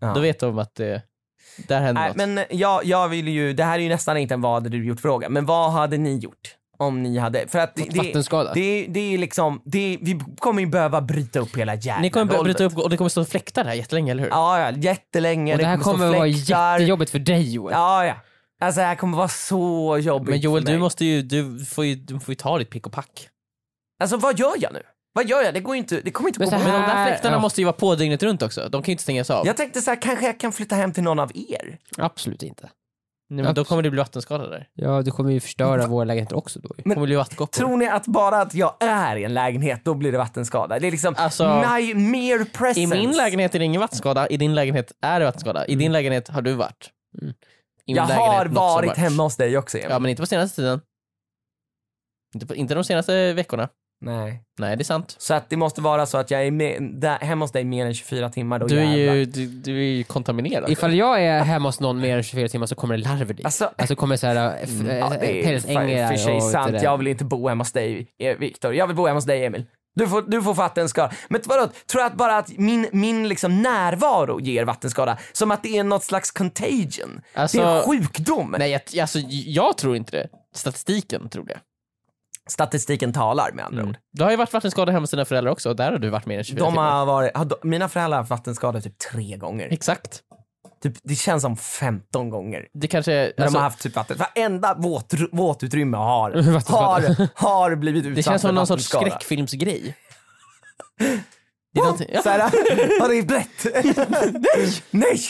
Ja.
då vet de att eh, där händer
Nej,
något.
Äh, men jag, jag vill ju, det här är ju nästan inte en vad hade du gjort fråga, men vad hade ni gjort? Om ni hade, för att det, det,
Vattenskada.
det, det är liksom, det, vi kommer ju behöva bryta upp hela jävla
Ni kommer börja
golvet.
bryta upp och det kommer stå fläktar där jättelänge, eller hur?
Ja, ja, jättelänge.
och det här
stå
kommer vara
fläktar.
jättejobbigt för dig Joel.
Ja, ja. Alltså det här kommer vara så jobbigt
men Joel,
för mig.
du, måste ju, du, får ju, du får ju ta ditt pick och pack.
Alltså vad gör jag nu? Vad gör jag? Det går ju inte, det kommer inte
Men
gå
så
bra.
Men de där
Här-
fläktarna
ja.
måste ju vara på dygnet runt också. De kan ju inte stängas av.
Jag tänkte så här, kanske jag kan flytta hem till någon av er?
Absolut inte.
Nej, men då kommer det bli vattenskada där.
Ja, du kommer ju förstöra vår lägenhet också då ju.
Det kommer bli vattengåpor.
Tror ni att bara att jag är i en lägenhet, då blir det vattenskada? Det är liksom
Alltså,
nightmare presence.
I min lägenhet är det ingen vattenskada, i din lägenhet är det vattenskada, i din lägenhet har du varit. I min
Mm. Jag
lägenhet
har
något som
varit
varit.
hemma hos dig också Emil.
Ja, men inte på senaste tiden. Inte, på, inte de senaste veckorna.
Nej.
Nej, det är sant.
Så att det måste vara så att jag är med, där, hemma hos dig mer än 24 timmar. Då
Du är
jävlar.
ju, du, du är ju kontaminerad.
Ifall jag är hemma hos någon mer än 24 timmar så kommer det larver dit.
Alltså, mm.
Alltså kommer såhär f-
Alltså,
ja, det
eh,
är för-
pälsänglar
för sig
och
sant.
sådär.
Jag vill inte bo hemma hos dig eh, Viktor. Jag vill bo hemma hos dig Emil. Du får, du får vattenskada. Men vadå, tror jag att bara att min, min liksom närvaro ger vattenskada? Som att det är något slags contagion?
Alltså-
det är en sjukdom?
Nej, jag, alltså, jag tror inte det. Statistiken tror det.
Statistiken talar med andra ord.
Du har ju varit vattenskadad hemma hos dina föräldrar också och där har du varit mer än 24
De
timmar.
har varit, har, de- mina föräldrar har haft vattenskada typ tre gånger.
Exakt.
Typ, det känns som 15 gånger.
Det kanske är...
När
Alltså,
de har haft typ vatten. Varenda våt, våtutrymme har,
Vattenskada.
har, har blivit utsatt
det känns
för
som någon sorts
vattenskada.
skräckfilmsgrej. Det är någonting- ja.
Så här, har det blött? nej!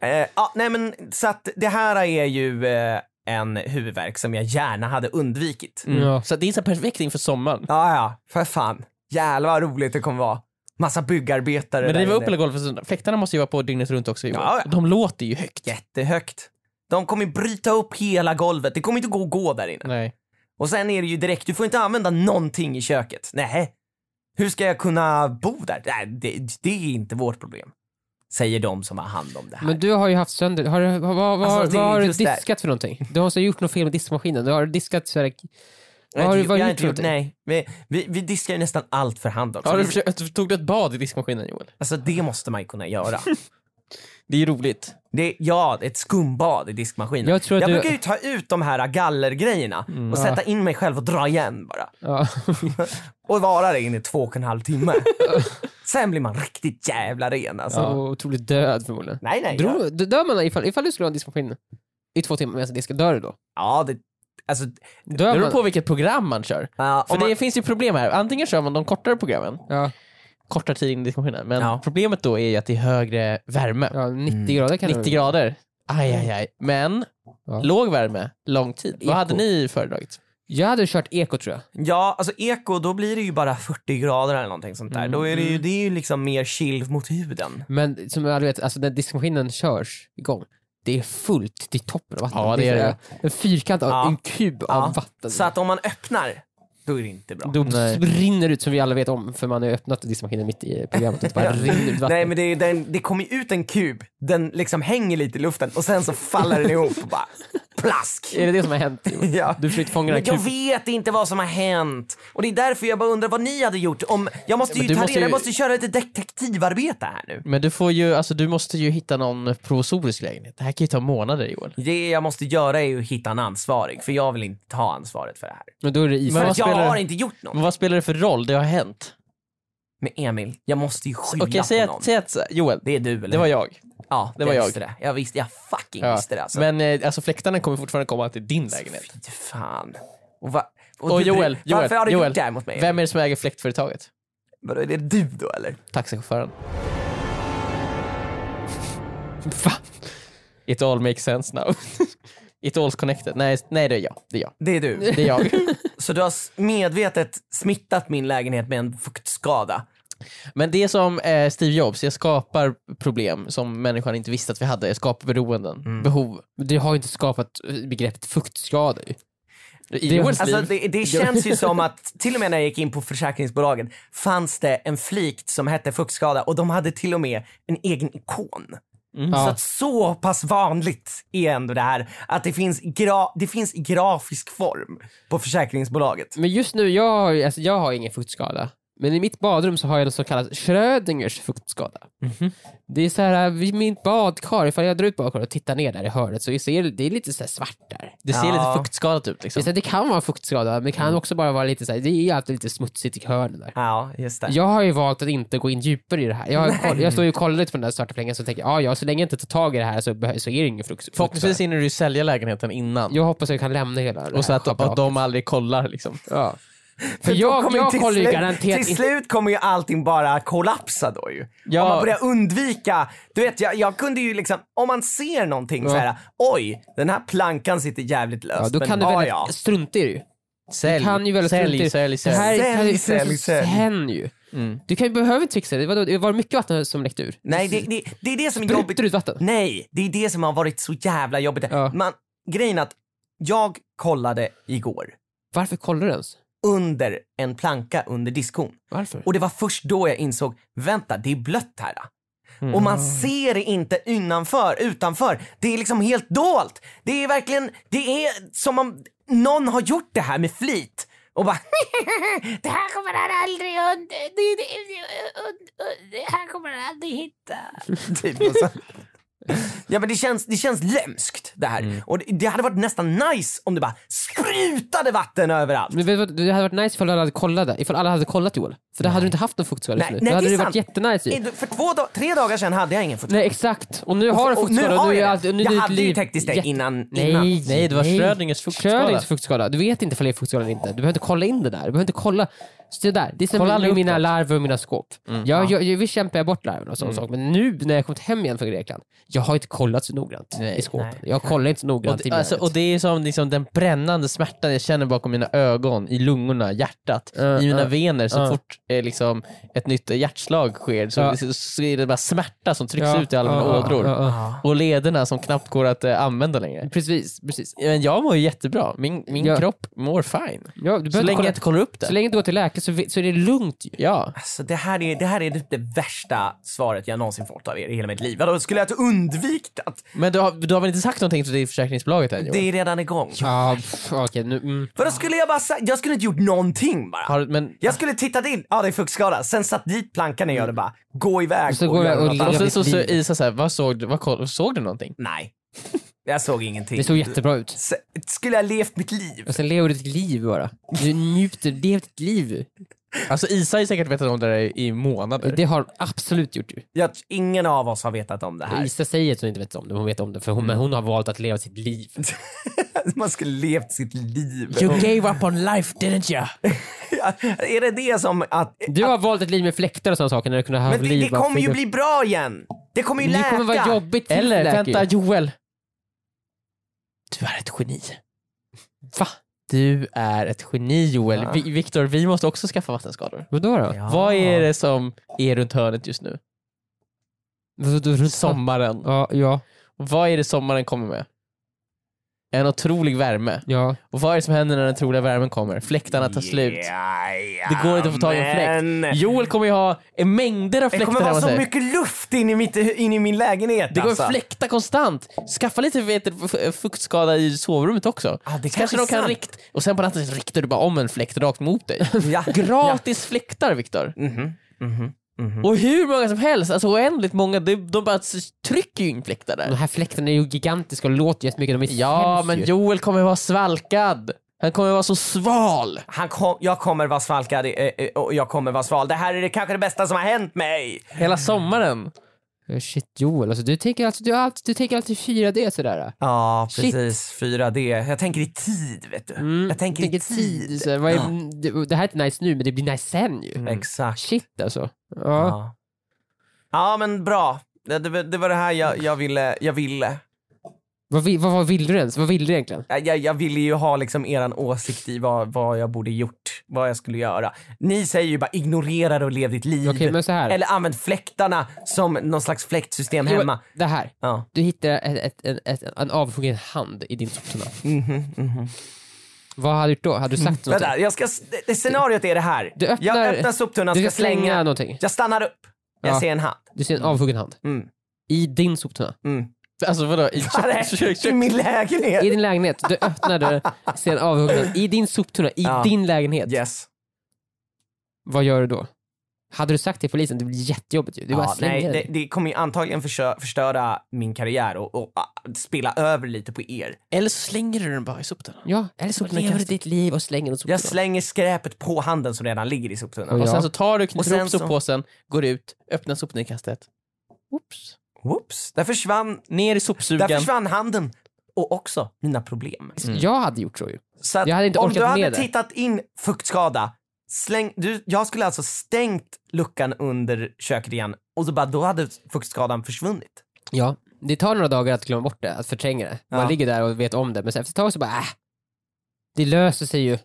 Eh, ja, nej men så att det här är ju eh, en huvudvärk som jag gärna hade undvikit.
Mm.
Ja.
Så det är så perfekt inför sommaren.
Ja, ja, för fan. Jävlar vad roligt det kommer vara. Massa byggarbetare
Men
där
riva upp
inne.
hela golvet, för fläktarna måste ju vara på dygnet runt också. Ja,
Ja,
ja.
ja.
De låter ju högt.
Jättehögt. De kommer bryta upp hela golvet. Det kommer inte gå att gå där inne.
Nej.
Och sen är det ju direkt, du får inte använda någonting i köket. Nej. Hur ska jag kunna bo där? Nej, det, det är inte vårt problem. Säger de som har hand om det här.
Men du har ju haft sönder, har, du- vad, vad,
Alltså,
vad,
det är
vad har du
just där.
diskat för någonting? Du har så gjort något fel med diskmaskinen, du har diskat såhär...
Jag
Vad har du
inte-
vad
jag
har
har
du
inte
gjort
gjort,
för någonting?
nej. Vi, vi, vi diskar ju nästan allt för hand också.
Har du
Vi-
försökt, tog du ett bad i diskmaskinen Joel?
Alltså det måste man ju kunna göra.
Det är ju roligt.
Det, ja, ett skumbad i diskmaskinen.
Jag tror att du- Mm.
brukar ju ta ut de här gallergrejerna och sätta in mig själv och dra igen bara.
Ja.
Och vara där inne i två och en halv timme. Sen blir man riktigt jävla ren alltså.
ja. Och otroligt död förmodligen.
Nej, nej.
Drog,
jag-
d- Dör man ifall, ifall du skulle ha en diskmaskin i två timmar medan du diskar, dör du då?
Ja, det... Alltså,
Det
Dör
beror
man?
på vilket program man kör.
ja,
För
om man,
det finns ju problem här. Antingen kör man de kortare programmen,
Ja,
kortare tid in i diskmaskinen. Men
Ja.
problemet då är ju att det är högre värme.
ja 90
Mm.
grader kan
90
det
grader. Aj, aj, aj. Men
Ja.
låg värme, lång tid. Vad
Eko.
hade ni föredragit?
Jag hade kört eko tror jag.
ja, alltså eko, då blir det ju bara 40 grader eller någonting sånt
Mm,
där. Då är det ju, det är ju liksom mer chill mot huden.
Men som alla vet, alltså när diskmaskinen körs igång, det är fullt till toppen av vatten.
Ja, det är det.
En fyrkant av
Ja.
en kub
Ja.
av vatten.
Så att om man öppnar, då är det inte bra.
Då
Nej.
rinner det ut som vi alla vet om, för man har ju öppnat diskmaskinen mitt i programmet och det bara rinner ut vatten.
Nej men det, är- den, det kommer ju ut en kub, den liksom hänger lite i luften och sen så faller den ihop och bara plask.
Är det det som har hänt? Joel?
Ja.
Du försökte fånga
Men
den här
jag
kuben.
vet inte vad som har hänt och det är därför jag bara undrar vad ni hade gjort om, jag måste
Men
ju
du
ta
måste
reda,
ju-
jag måste ju köra lite detektivarbete här nu.
Men du, får ju, alltså, du måste ju hitta någon provisorisk lägenhet. Det här kan ju ta månader Joel.
Det jag måste göra är ju att hitta en ansvarig för jag vill inte ta ansvaret för det här.
Men då är det
Men
isar.
För
vad
att jag
spelar-
har inte gjort något.
Men vad spelar det för roll? Det har hänt.
Men Emil, jag måste ju skylla
Okej, säg,
på
att,
någon.
säg att eh, Joel,
Det är du eller
det var jag.
Ja,
det var jag.
visste det. Jag visste, jag fucking
Ja.
visste det alltså.
Men eh, alltså, fläktarna kommer fortfarande komma till din lägenhet.
Fy fan. Och, va, och
Och
du-
Joel, Joel,
varför har du
Joel,
gjort det här mot mig?
Vem är det som äger fläktföretaget?
Vadå, är det du då eller?
Taxichauffören. Fan. It all makes sense now. It all's connected. Nej, nej det är jag. Det är jag.
Det är du.
Det är jag.
Så du har s- medvetet smittat min lägenhet med en fuktskada.
Men det är som eh, Steve Jobs, jag skapar problem som människan inte visste att vi hade. Jag skapar beroenden,
Mm.
behov.
Men Du har ju inte skapat eh, begreppet fuktskada ju.
I
Det-
Joels
Alltså
liv.
det, det känns ju som att till och med när jag gick in på försäkringsbolagen fanns det en flikt som hette fuktskada och de hade till och med en egen ikon. Så
Mm. Ja.
att så pass vanligt är ändå det här att det finns, gra- det finns i grafisk form på försäkringsbolaget.
Men just nu, jag har, ju- alltså, jag har ingen fuktskada. Men i mitt badrum så har jag något som kallas Schrödingers fuktskada. Det är så här, äh, vid mitt badkar, ifall jag drar ut badkaret och tittar ner där i hörnet så jag ser det är lite så här svart där.
Det ser
Ja.
lite fuktskadat ut liksom.
Det, är så här, det kan vara en fuktskada, men det kan också bara vara lite så här, det är alltid lite smutsigt i hörnen där.
Ja, just det.
Jag har ju valt att inte gå in djupare i det här. Jag, har koll, jag står ju och kollar lite på den här startup-länken så tänker jag, ja, ja, så länge jag inte tar tag i det här så, behö- så är det ingen frukt.
Förhoppningsvis hinner du sälja lägenheten innan.
Jag hoppas att jag kan lämna hela det här
Och så att,
schabraket.
att de aldrig kollar liksom.
Ja. För
då
jag,
kommer
jag
till
kollar ju
slut-
garanterat
Till
inte...
slut kommer ju allting bara kollapsa då ju.
Ja.
Om man börjar undvika, du vet jag, jag kunde ju liksom, om man ser någonting så här, oj den här plankan sitter jävligt löst.
Ja, då kan
men
du
vad
välja,
ja.
strunta i det ju.
Sälj,
kan ju väl strunta i-
sälj, sälj,
Det
sälj.
här
Sälj,
kan ju
sälj, sälj.
sen
Mm.
ju. Du kan ju behöva inte fixa det. Vadå, det var mycket vatten som läckte ur?
Nej det, det, det är det som är jobbigt.
Sprutar ut vatten?
Nej, det är det som har varit så jävla jobbigt.
Ja.
Man, grejen är att jag kollade igår
Varför kollar du ens?
under en planka under diskon.
Varför?
Och det var först då jag insåg, vänta det är blött här. Och
Mm.
man ser det inte innanför, utanför. Det är liksom helt dolt. Det är verkligen, det är som om någon har gjort det här med flit. Och bara,
Det här kommer han aldrig und- det- det- det- und- und- Det här kommer han aldrig hitta.
typ. Och så. Ja men det känns, det känns lömskt det här.
Mm.
Och det, det hade varit nästan nice om det bara sprutade vatten överallt.
Men vet du vad, det hade varit nice ifall alla hade kollat det. Ifall alla hade kollat Joel. För då hade du inte haft någon fuktskada just
Nej,
nu.
nej,
Då hade
det är
det varit
sant.
jättenice ju.
Eh, För två, da- tre dagar sedan hade jag ingen fotograf.
Nej exakt. Och nu har du
och nu
fuktskada.
har
och nu är
jag det.
allt- nu är
Jag
ditt
hade ju
liv
täckt istället
jätte-
innan-
Nej,
innan.
Nej, det var Schrödingers fuktskada.
Schrödingers fuktskada. Du vet inte ifall det är fuktskada eller inte. Du behöver inte kolla in det där. Du behöver inte kolla. Så där. Det är som
Kolla
med
aldrig Mm,
mina
uppåt.
larver och mina skåp. Jag, jag, jag, visst kämpar jag bort larverna och sån
Mm.
sak, men nu när jag kommit hem igen från Grekland, jag har inte kollat så noggrant i skåpen. Jag kollar inte så
Och
noggrant i
det, alltså,
larvet.
och det är som liksom, den brännande smärtan jag känner bakom mina ögon, i lungorna, hjärtat,
Mm,
i mina
mm,
vener. Så
mm.
fort eh, liksom, ett nytt hjärtslag sker så,
Ja.
så, så är det bara smärta som trycks
Ja,
ut i alla mina
ja, ja,
ådror.
ja,
Och lederna som knappt går att eh, använda längre.
Precis, precis.
Men jag mår ju jättebra. Min, min
Ja.
kropp mår fine.
Ja, du
Så
behöver
länge
inte kolla,
jag inte kollar upp det.
så länge du går till läkare så, vi- så är det lugnt ju.
Ja.
Alltså det här är det, här är typ det värsta svaret jag någonsin fått av er i hela mitt liv. Vadå, skulle jag ha undvikit att
Men du har, du har väl inte sagt någonting till det försäkringsbolaget än? Johan?
det är redan igång?
Ja, pff, okej nu. Mm.
Vadå skulle jag bara sa- jag skulle inte gjort någonting bara.
Har, men,
Jag skulle tittat in, ja det är fuktskada, sen satt dit plankan i och det bara, gå iväg
Och så går jag
gör
och
något
ligger-
och
annat.
sen
mitt
så, så
liv.
Isa såhär, vad såg du? Vad, koll- såg du någonting?
Nej, jag såg ingenting.
Det såg jättebra ut.
S- skulle jag levt mitt liv?
Och sen lever du ditt liv bara. Du njuter, lever ditt liv.
Alltså Isa har ju säkert vetat om det där i- i månader.
Det har hon absolut gjort ju.
Jag, ingen av oss har vetat om det här.
Isa säger att hon inte vet om det, men hon vet om det för hon, men
Mm.
hon har valt att leva sitt liv.
Man skulle levt sitt liv.
gave up on life didn't you?
är det det som att...
Du har valt ett liv med fläktar och sådana saker när du kunde ha
Eh, ah. Men
haft
det,
liv
det
bara
kommer ju
fläktar.
alltså.
bli bra igen! Det kommer ju läka!
Det kommer vara jobbigt tills
Eller
det läker
vänta
ju.
Joel. Du är ett geni. Va? Du är ett geni Joel.
Ja.
Vi, Viktor, vi måste också skaffa vattenskador.
Vadå då?
Ja.
Vad är det som är runt hörnet just nu? Alltså,
Vadå, runt som...
Sommaren.
Ja, ja,
Vad är det sommaren kommer med? En otrolig värme.
ja.
Och vad är det som händer när den otroliga värmen kommer? Fläktarna tar slut. Det går inte att få tag i en
Jajamän.
fläkt. Joel kommer ju ha en mängder av
Det
fläktar
kommer vara
hemma
så
sig.
mycket luft in i, mitt, in i min lägenhet
Det går
alltså.
att fläkta konstant. Skaffa lite vet, du, f- fuktskada i sovrummet också.
Ja, det
kanske
kanske
de
är
kan
sant.
rikt Och sen på natten så riktar du bara om en fläkt rakt mot dig.
Ja. Mm. Mhm,
Gratis fläktar Viktor. Och hur många som helst, alltså oändligt många, de, de bara s- trycker ju in fläktar
De
Mm.
där.
här fläktarna är ju gigantiska och låter jättemycket. De är
Ja
sämst
men
ju.
Joel kommer vara svalkad. Han kommer vara så sval.
Han kom, jag kommer vara svalkad eh, eh, och jag kommer vara sval. Det här är det, kanske det bästa som har hänt mig.
Hela sommaren.
Eh, Shit Joel, alltså, du, tänker alltså, du, har alltid, du tänker alltid 4D sådär.
Ja,
Shit. Mm.
precis. 4D. Jag tänker i tid, vet du. jag tänker i
Tänker
tid.
tid. såhär, vad är, det, det här är inte nice nu, men det blir nice sen ju.
Mm. Exakt.
Shit alltså. Ja.
Ja. ja, men bra. Det, det, var- det var det här jag, jag ville. Jag ville.
Vad, vi- vad, vad vill du ens? Vad vill du egentligen?
Jag- Jag, jag ville ju ha liksom eran åsikt i vad, vad jag borde gjort, vad jag skulle göra. Ni säger ju bara ignorera det och lev ditt liv.
Okej, men så här.
Eller använd fläktarna som någon slags fläktsystem
Joel,
hemma.
Det här.
Ja.
Du hittar ett, ett, en- ett, en avhuggen hand i din soptunna. Vad hade du gjort då? Hade du sagt något?
Mhm, Mm. Vänta, jag ska, det- det scenariot är det här.
Du öppnar-
jag öppnar soptunnan,
Du
ska
ska slänga,
slänga.
någonting.
Jag stannar upp. Jag
Ja.
ser en hand.
Du ser en avhuggen hand.
Mm.
I din soptunna.
Alltså vadå? I
Ja, det
kök,
är
kök,
I
kök.
min lägenhet.
I din lägenhet. Du öppnar dörren, ser en avhuggen hand. I din soptunna, i
Ja.
din lägenhet.
Yes.
Vad gör du då? Hade du sagt till polisen, det blir jättejobbigt ju. Du bara
Ja, nej,
slänger
det,
den.
det kommer ju antagligen förstö- förstöra min karriär och, och ah, spela över lite på er.
Eller så slänger du den bara i soptunnan.
Ja, eller så lever du ditt liv och slänger den i soptunnan.
Jag slänger skräpet på handen som redan ligger i soptunnan.
Oj.
Och
Ja.
sen så tar du,
Och
knyter
sen
ihop
så-
soppåsen, går ut, öppnar sopnedkastet. Oops.
Whoops, där försvann,
Ner i
där
sopsugan.
försvann handen och också mina problem.
Jag hade gjort så ju.
Så att
Mm. Jag hade inte
om
orkat
du hade
med det.
tittat in fuktskada, släng, du, jag skulle alltså stängt luckan under köket igen och så bara, då hade fuktskadan försvunnit.
Ja, det tar några dagar att glömma bort det, att förtränga det. Man
Ja.
ligger där och vet om det, men sen efter ett tag så bara äh, det löser sig ju.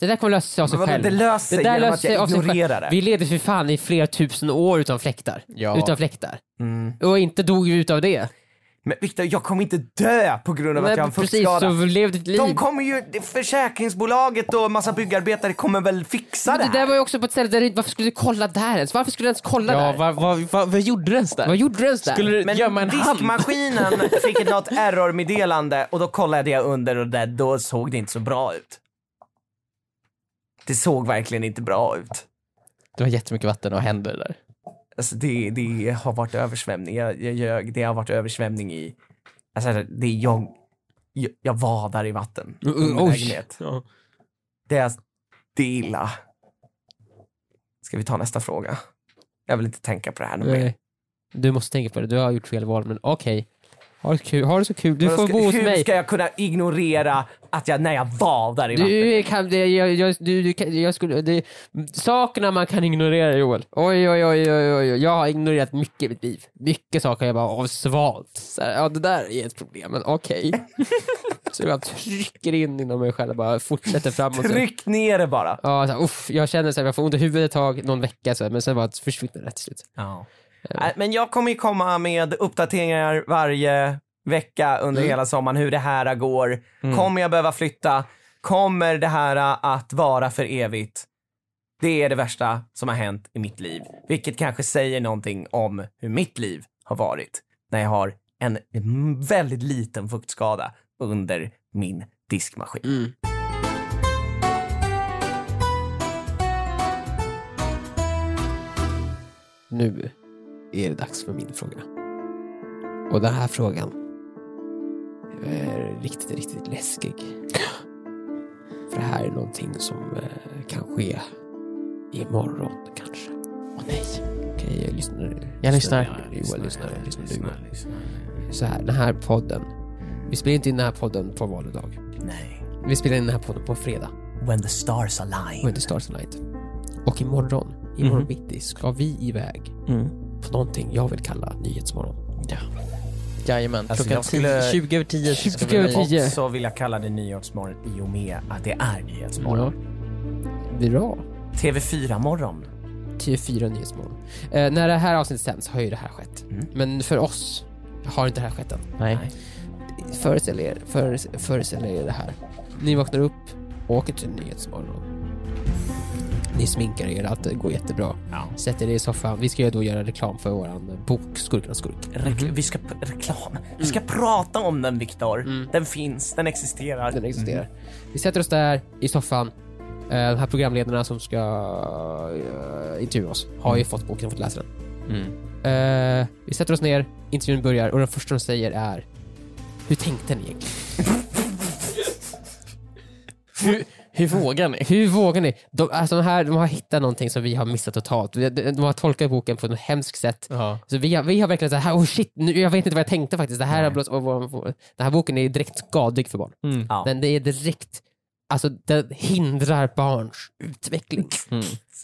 Det, där kommer lösa sig av sig
Vadå,
Alltså, själv.
det löser
där
sig genom
löser
att
sig av
jag
sig själv.
ignorerar det.
Vi levde för fan i flera tusen år utan fläktar.
Ja.
Utan fläktar.
Mm.
Och inte dog vi utav det.
Men Viktor, jag kommer inte dö på grund av att jag har en
precis,
fuktskada.
så levde ditt liv.
De kommer ju, det- försäkringsbolaget och massa byggarbetare kommer väl fixa det
Men det där
här?
var ju också på ett ställe där du, varför skulle du kolla där ens? Varför skulle du ens kolla
Ja,
där?
vad, vad, vad, vad gjorde du ens där?
Vad gjorde du ens där?
Skulle du
Men
gömma en hand?
diskmaskinen fick ett något errormeddelande och då kollade jag under och där, då såg det inte så bra ut. Det såg verkligen inte bra ut.
Det var jättemycket vatten och händer där.
Alltså det, det har varit översvämning. Jag, jag ljög. Det har varit översvämning i... Alltså det är jag... Jag, jag vadar i vatten. i min
oj.
lägenhet.
Ja.
Det är, det är illa. Ska vi ta nästa fråga? Jag vill inte tänka på det här nu mer.
Nej. Du måste tänka på det, du har gjort fel val, men okej. Ha det kul, ha det så kul. Du
Vadå,
får
ska-
bo hos
hur
mig.
ska jag kunna ignorera att jag, när jag vadar i vatten?
Du kan, det- jag, jag, du, du kan, jag skulle, det, sakerna man kan ignorera Joel. Oj, oj, oj, oj, oj, oj. jag har ignorerat mycket i mitt liv. Mycket saker jag bara har svalt. Så här, ja, det där är ett problem, men okej. så jag bara trycker in inom mig själv och bara fortsätter framåt.
Tryck ner det bara.
Ja, så här, uff, jag känner att jag får ont i huvudet ett tag, någon vecka, så här, men sen bara försvinner det till slut.
Nej, Eh, Men jag kommer ju komma med uppdateringar varje vecka under hela sommaren hur det här går. Kommer jag behöva flytta? Kommer det här att vara för evigt? Det är det värsta som har hänt i mitt liv, vilket kanske säger någonting om hur mitt liv har varit när jag har en väldigt liten fuktskada under min diskmaskin.
Nu är det dags för min fråga. Och den här frågan är riktigt, riktigt läskig. För det här är någonting som eh, kan ske imorgon kanske. Åh nej. Okej, jag lyssnar.
Jag lyssnar.
Joel lyssnar. Lyssnar du? Joel? Så här, den här podden. Vi spelar inte in den här podden på valdag.
Nej.
Vi spelar in den här podden på fredag.
When the stars align.
Och inte Stars Tonight. Och imorgon, imorgon bitti, ska vi iväg
Mm.
på någonting jag vill kalla Nyhetsmorgon.
Jajamän,
Alltså,
klockan
jag skulle-
10, 20 över 10 så ska
20
vi
över
vara-
10. tio.
Också vill jag kalla det Nyhetsmorgon i och med att det är Nyhetsmorgon.
Bra.
TV4-morgon.
10-4 Nyhetsmorgon. Eh, när det här avsnittet sänds har ju det här skett. Men för oss har inte det här skett än.
Nej.
Föreställ er, föres- föreställ er det här. Ni vaknar upp, åker till Nyhetsmorgon. Ni sminkar er, allt går jättebra.
Ja.
Sätter er i soffan. Vi ska ju då göra reklam för våran bok Skurkarnas skurk.
Rekl-
Mhm.
Vi ska p- reklam. Vi
Mm.
ska prata om den Viktor. Den finns, den existerar.
Mm-hmm.
den existerar. Vi sätter oss där i soffan. Eh, De här programledarna som ska eh, intervjua oss har
Mm.
ju fått boken och fått läsa den. Eh, vi sätter oss ner, intervjun börjar och den första de säger är Hur tänkte ni egentligen? hur,
Hur vågar ni?
Hur vågar ni? De, alltså, de, här, de har hittat någonting som vi har missat totalt. De, de har tolkat boken på ett hemskt sätt.
Ja.
Så vi, har, vi har verkligen så här, oh shit, nu, jag vet inte vad jag tänkte faktiskt. Det här, har blåst, och, och, och, den här boken är direkt skadlig för barn.
Mm.
Ja.
Den, det är direkt, alltså den hindrar barns utveckling.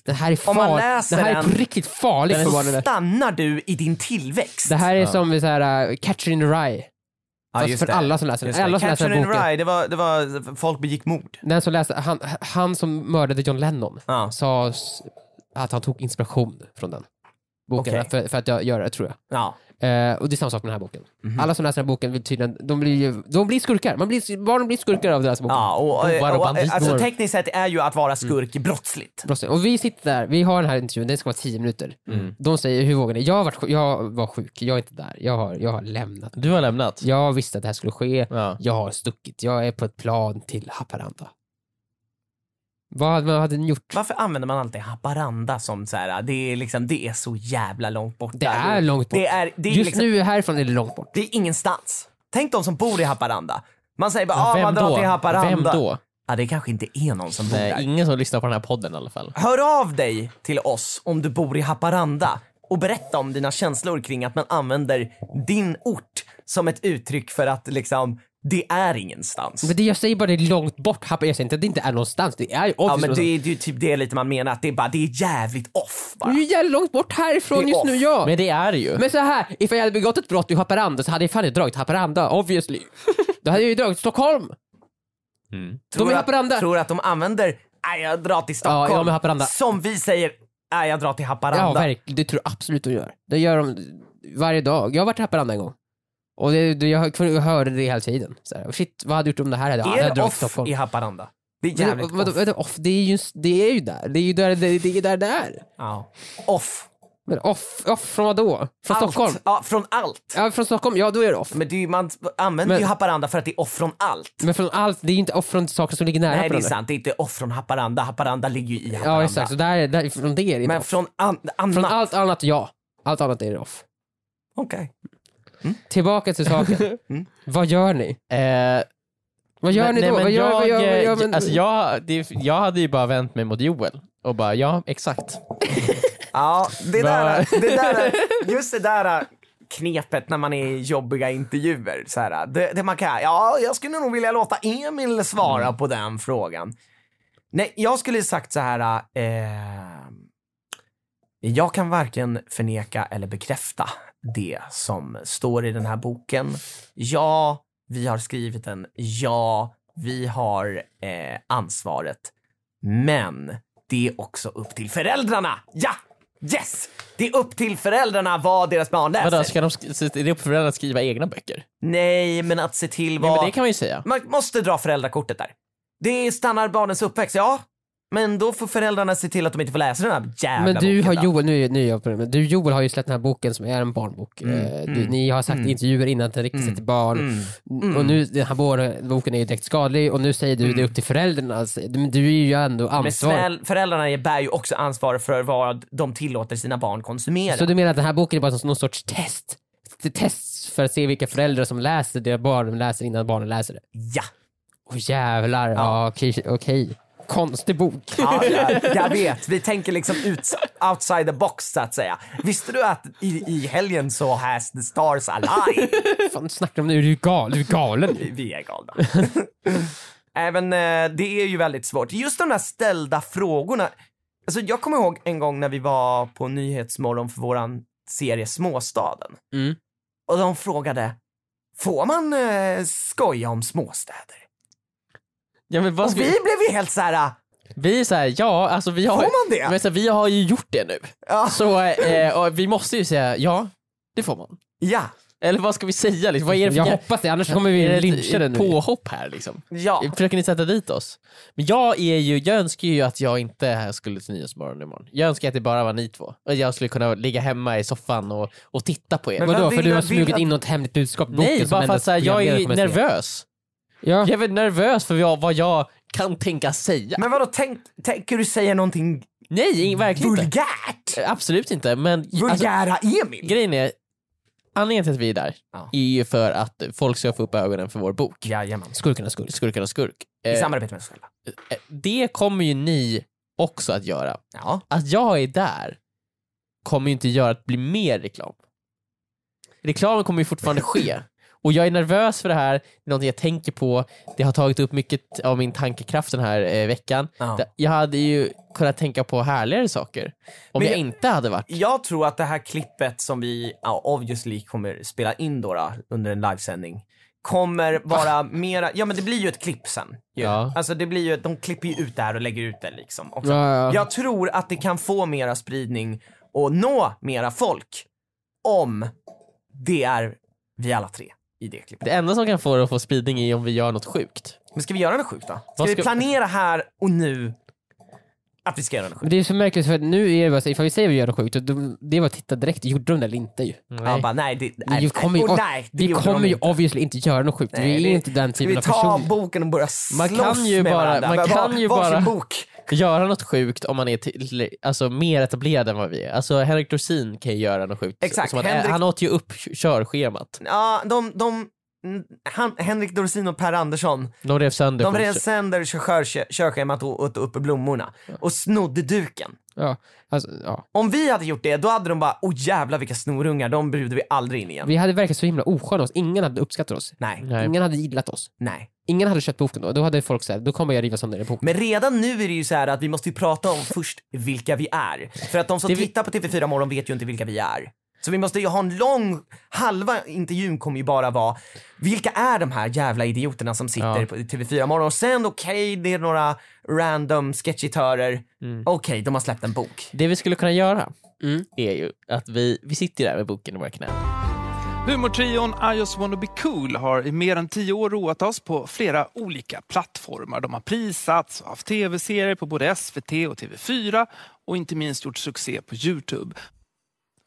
Det här är
Om man
farligt. Det
läser
här är på
Mm. den-
riktigt farligt för barnen.
Stannar du i din tillväxt?
Det här är som så här, uh, Catcher in the Rye.
Ja,
fast
just
för
det.
alla som läser den.
Just det.
Alla som läser
Catcher
den här
in the
boken.
Rye, det var, det var folk begick mord.
Den som läste, han, han som mördade John Lennon
Ja.
sa s- att han tog inspiration från den boken
Okej.
för, för att jag gör det tror jag.
Ja. Mhm.
Eh, och det är samma sak med den här boken. Mm. Alla som läser den här boken vill tydligen, de blir, ju- de blir skurkar. Man blir, barn blir skurkar av deras bok.
Ja, och, och,
Bovar och
och,
banditer.
alltså, tekniskt sett är ju att vara
Mm.
skurk brottsligt.
Brottsling. Och vi sitter där, vi har den här intervjun, den ska vara 10 minuter.
Mm.
De säger, hur vågar ni? Jag, har varit, sjuk- jag var sjuk, jag är inte där, jag har, jag har lämnat.
Du har lämnat?
Jag visste att det här skulle ske,
Ja.
jag har stuckit, jag är på ett plan till Haparanda. Vad, vad hade ni gjort?
Varför använder man alltid Haparanda som så här, det är liksom, det är så jävla långt bort.
Det är långt bort.
Det är, det är
Just
liksom,
nu härifrån är det långt bort.
det är ingenstans. Tänk de som bor i Haparanda. Man säger bara,
Men
ah,
vem
man drar
då?
till Haparanda.
Vem då?
Ja, det kanske inte är någon som bor
Nej,
där.
ingen som lyssnar på den här podden i alla fall.
Hör av dig till oss om du bor i Haparanda och berätta om dina känslor kring att man använder din ort som ett uttryck för att liksom, det är ingenstans.
Men det jag säger bara det är långt bort. Happar, jag säger inte att det inte är någonstans. Det är ju
ja,
obviously
men det
någonstans.
är ju typ det lite man menar, att det är bara, det är jävligt off
Det är
bara.
ju jävla långt bort härifrån
Det är
just
off.
nu ja. Men,
Men det är det ju.
så här, ifall jag hade begått ett brott i Haparanda så hade jag fan inte dragit till Haparanda obviously. Då hade jag ju dragit till Stockholm.
Tror
i
att-
Haparanda.
Tror att de använder, nej jag drar till Stockholm.
Ja, ja, men Haparanda.
Som vi säger, nej jag drar till
Ja
Haparanda.
verkligen, det tror jag absolut de gör. Det gör de varje dag. Jag har varit i Haparanda en gång. Och det, det, jag jag hörde det hela tiden. Så här, shit, vad hade du gjort om det här hade ja, jag
är
hade dragit
det
till
off
Stockholm.
i Haparanda? Det är
Men,
jävligt
vadå,
off.
vadå, off, det, är ju, det är ju där. Det är ju där det, det är där, där.
Ja. off.
Men off, off från vad då? Från
Allt.
Stockholm?
Ja, från allt.
Ja, från Stockholm, ja då är det off.
Men det är, ju- man använder
Men-
ju Haparanda för att det är off från allt.
Men från allt, det är ju inte off från saker som ligger nära
Nej,
på
det
den
är
där.
sant. Det är inte off från Haparanda. Haparanda ligger ju i Haparanda.
Ja exakt, så där, där, från det är det inte
Men
off.
från an- annat...
Från allt annat, ja. Allt annat är det off.
Okej.
Tillbaka till saken. Vad gör ni?
Eh,
Vad gör
Mm. men-
ni
nej,
då?
men
vad gör, vad gör, vad
jag-
gör, men...
Alltså jag, det, jag hade ju bara vänt mig mot Joel och bara ja, exakt.
Ja, det där,
Va?
det där, just det där knepet när man är i jobbiga intervjuer. Så här, det, det man kan, ja, jag skulle nog vilja låta Emil svara på den frågan. Nej, jag skulle sagt så här. Eh, jag kan varken förneka eller bekräfta det som står i den här boken. Ja, vi har skrivit den. Ja, vi har eh, ansvaret. Men det är också upp till föräldrarna. Ja! Yes! Det är upp till föräldrarna vad deras barn läser.
Vadå, ska de sk- så är det upp för föräldrarna att skriva egna böcker?
Nej, men att se till vad...
Nej, men det kan man ju säga.
Man måste dra föräldrakortet där. Det stannar barnens uppväxt, ja. Men då får föräldrarna se till att de inte får läsa den här jävla
Men du
boken
har
då.
Joel, nu, är- nu är jag på det, men du Joel har ju släppt den här boken som är en barnbok.
Mm.
Eh, du, Ni har sagt i intervjuer innan att den riktar sig till barn. Mm. Och nu, den här bo- boken är ju direkt skadlig och nu säger du
Mm.
det är upp till föräldrarna. Alltså, Men du är ju ändå
Men
ansvarig.
snäll, föräldrarna bär ju också ansvar för vad de tillåter sina barn konsumera.
Så du menar att den här boken är bara som någon sorts test? Ett Test för att se vilka föräldrar som läser det barnen läser innan barnen läser det.
Ja.
Åh jävlar, ja. okej. okej. Konstig bok.
ja jag, jag vet, vi tänker liksom ut, outside the box så att säga. Visste du att i, i helgen så has the stars aligned?
Fan snackar du om nu? Du är ju gal, du är galen.
Vi- Vi är galna. Även eh, det är ju väldigt svårt. Just de där ställda frågorna. Alltså, jag kommer ihåg en gång när vi var på Nyhetsmorgon för våran serie Småstaden.
Mm.
Och de frågade, får man eh, skoja om småstäder?
Ja, men vad
Och
ska
vi
vi,
blev ju helt så här, "Ah,
vi är så här, ja, alltså vi har,
Får man det?
Men så här, vi har ju gjort det nu.
ja,
Så eh, och vi måste ju säga ja, det får man.
ja,
Eller vad ska vi säga? Liksom? Vad är det för
Jag
jä-
hoppas det, annars kommer vi lyncha
är det
den
ett
nu.
påhopp här liksom?
ja.
Försöker ni sätta dit oss? Men jag, är ju, jag önskar ju att jag inte här skulle till Nyhetsmorgon imorgon. Jag önskar att det bara var ni två. Och jag skulle kunna ligga hemma i soffan och, och titta på er.
Men-
Vadå,
Vem
för
vill
du
du-
har
vill
smugit
att-
in något hemligt budskap i boken
Nej,
som
bara för att
endast
så här, jag
programledare
är
kommer att se.
nervös.
Ja.
Jag är väl nervös för jag, vad jag kan tänka säga.
Men vadå, tänk, tänker du säga någonting
Nej, ing- verkligen inte.
vulgärt?
Absolut inte. Men alltså,
Vulgära Emil?
grejen är, anledningen till att vi är där
Ja.
är ju för att folk ska få upp ögonen för vår bok.
Jajamän.
Skurkarnas skurk.
Skurkarna skurk.
I
Eh,
samarbete med oss själva.
eh, det kommer ju ni också att göra.
Ja.
Att jag är där kommer ju inte göra att bli mer reklam. Reklamen kommer ju fortfarande ske. Och jag är nervös för det här, det är någonting jag tänker på, det har tagit upp mycket av min tankekraft den här eh, veckan.
Ja.
Det- Jag hade ju kunnat tänka på härligare saker om
Men
jag,
jag-
inte hade varit
Jag tror att det här klippet som vi ja, obviously kommer spela in då, då under en livesändning kommer vara mera, ja men det blir ju ett klipp sen. ju.
Ja.
Alltså det blir ju, de klipper ju ut det här och lägger ut det liksom. Också.
Ja, ja.
Jag tror att det kan få mera spridning och nå mera folk om det är vi alla tre i det klippet.
Det enda som kan få det att få spridning är om vi gör något sjukt.
Men ska vi göra något sjukt då? Ska,
Vad
vi
ska-
planera här och nu att vi ska göra något
Men
sjukt?
det är så märkligt för nu är det bara så, ifall vi säger att vi gör något sjukt, då- då- det var att titta direkt, gjorde de det eller inte ju?
Nej. Bara, nej, det, nej,
Vi kommer ju,
och nej, det
vi
gjorde de
kommer ju
inte.
obviously inte göra något sjukt,
Nej,
vi
det-
är inte den
Ska vi
typen av
ta
personer.
boken och börja slåss
Man kan ju
med
bara-
varandra?
man
Var-
kan ju
varsin
bara-
bok.
Göra något sjukt om man är till, alltså, mer etablerad än vad vi är. Alltså Henrik Dorsin kan ju göra något sjukt.
Exakt,
Som att,
Henrik-
Han åt ju upp k- körschemat.
Ja, de, de, mm, han, Henrik Dorsin och Per Andersson,
De rev sönder.
de
på-
rev sönder kör- körschemat och åt upp blommorna och snodde duken.
Ja, alltså, ja.
Om vi hade gjort det, då hade de bara, åh jävlar vilka snorungar, de bjuder vi aldrig in igen.
Vi hade verkat så himla osköna oss, ingen hade uppskattat oss.
Nej,
Nej.
Ingen hade gillat oss.
nej.
Ingen hade köpt boken då, då hade folk såhär, då kommer jag riva sönder den boken.
Men redan nu är det ju så här att vi måste ju prata om först vilka vi är. För att de som
Det vi-
tittar på TV4 morgon vet ju inte vilka vi är. Så vi måste ju ha en lång, halva intervjun kommer ju bara vara, vilka är de här jävla idioterna som sitter
Ja.
på TV4 morgon? Och sen okej, det är några random sketchitörer.
Mm.
Okej, de har släppt en bok.
Det vi skulle kunna göra
Mm.
är ju att vi, vi sitter där med boken i våra knän.
Humortrion I just wanna be cool har i mer än tio år roat oss på flera olika plattformar. De har prisats och haft tv-serier på både SVT och TV4 och inte minst gjort succé på Youtube.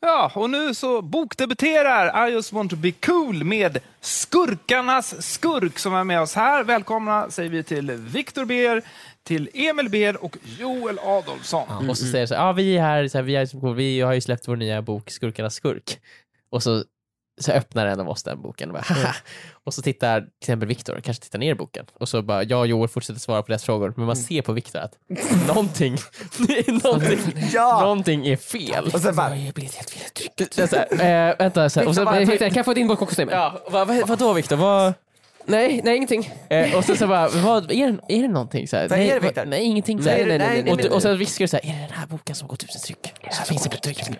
Ja, och nu så bokdebuterar I just want to be cool med Skurkarnas skurk som är med oss här. Välkomna säger vi till Viktor Ber, till Emil Ber och Joel Adolfsson.
Och så säger de så här, ah, vi är här, så här vi, är som, vi har ju släppt vår nya bok Skurkarnas skurk. Och så, så öppnar en av oss den boken och bara, "Haha."
Mm.
Och så tittar till exempel Viktor, och kanske tittar ner i boken. Och så bara, jag och Joel fortsätter svara på deras frågor, men man
Mm.
ser på Viktor att någonting, någonting,
Ja.
någonting är fel.
Och sen bara,
Jag blev helt fel tryck.
Så, så här, eh, vänta, så här, och så,
Liksom Bara, Kan jag få din bock också? Emil?
ja, vad, vad, vadå Viktor? Vad,
Nej, nej ingenting.
eh, och så, så bara, vad, är, det- är det någonting? Så här,
Vad är
nej,
det,
vad-
Viktor?
Nej, ingenting. Så
Nej,
här,
nej, nej, nej,
och,
nej.
och sen viskar du så här, är det den här boken som går tusen tryck? Så finns det på tryck nu.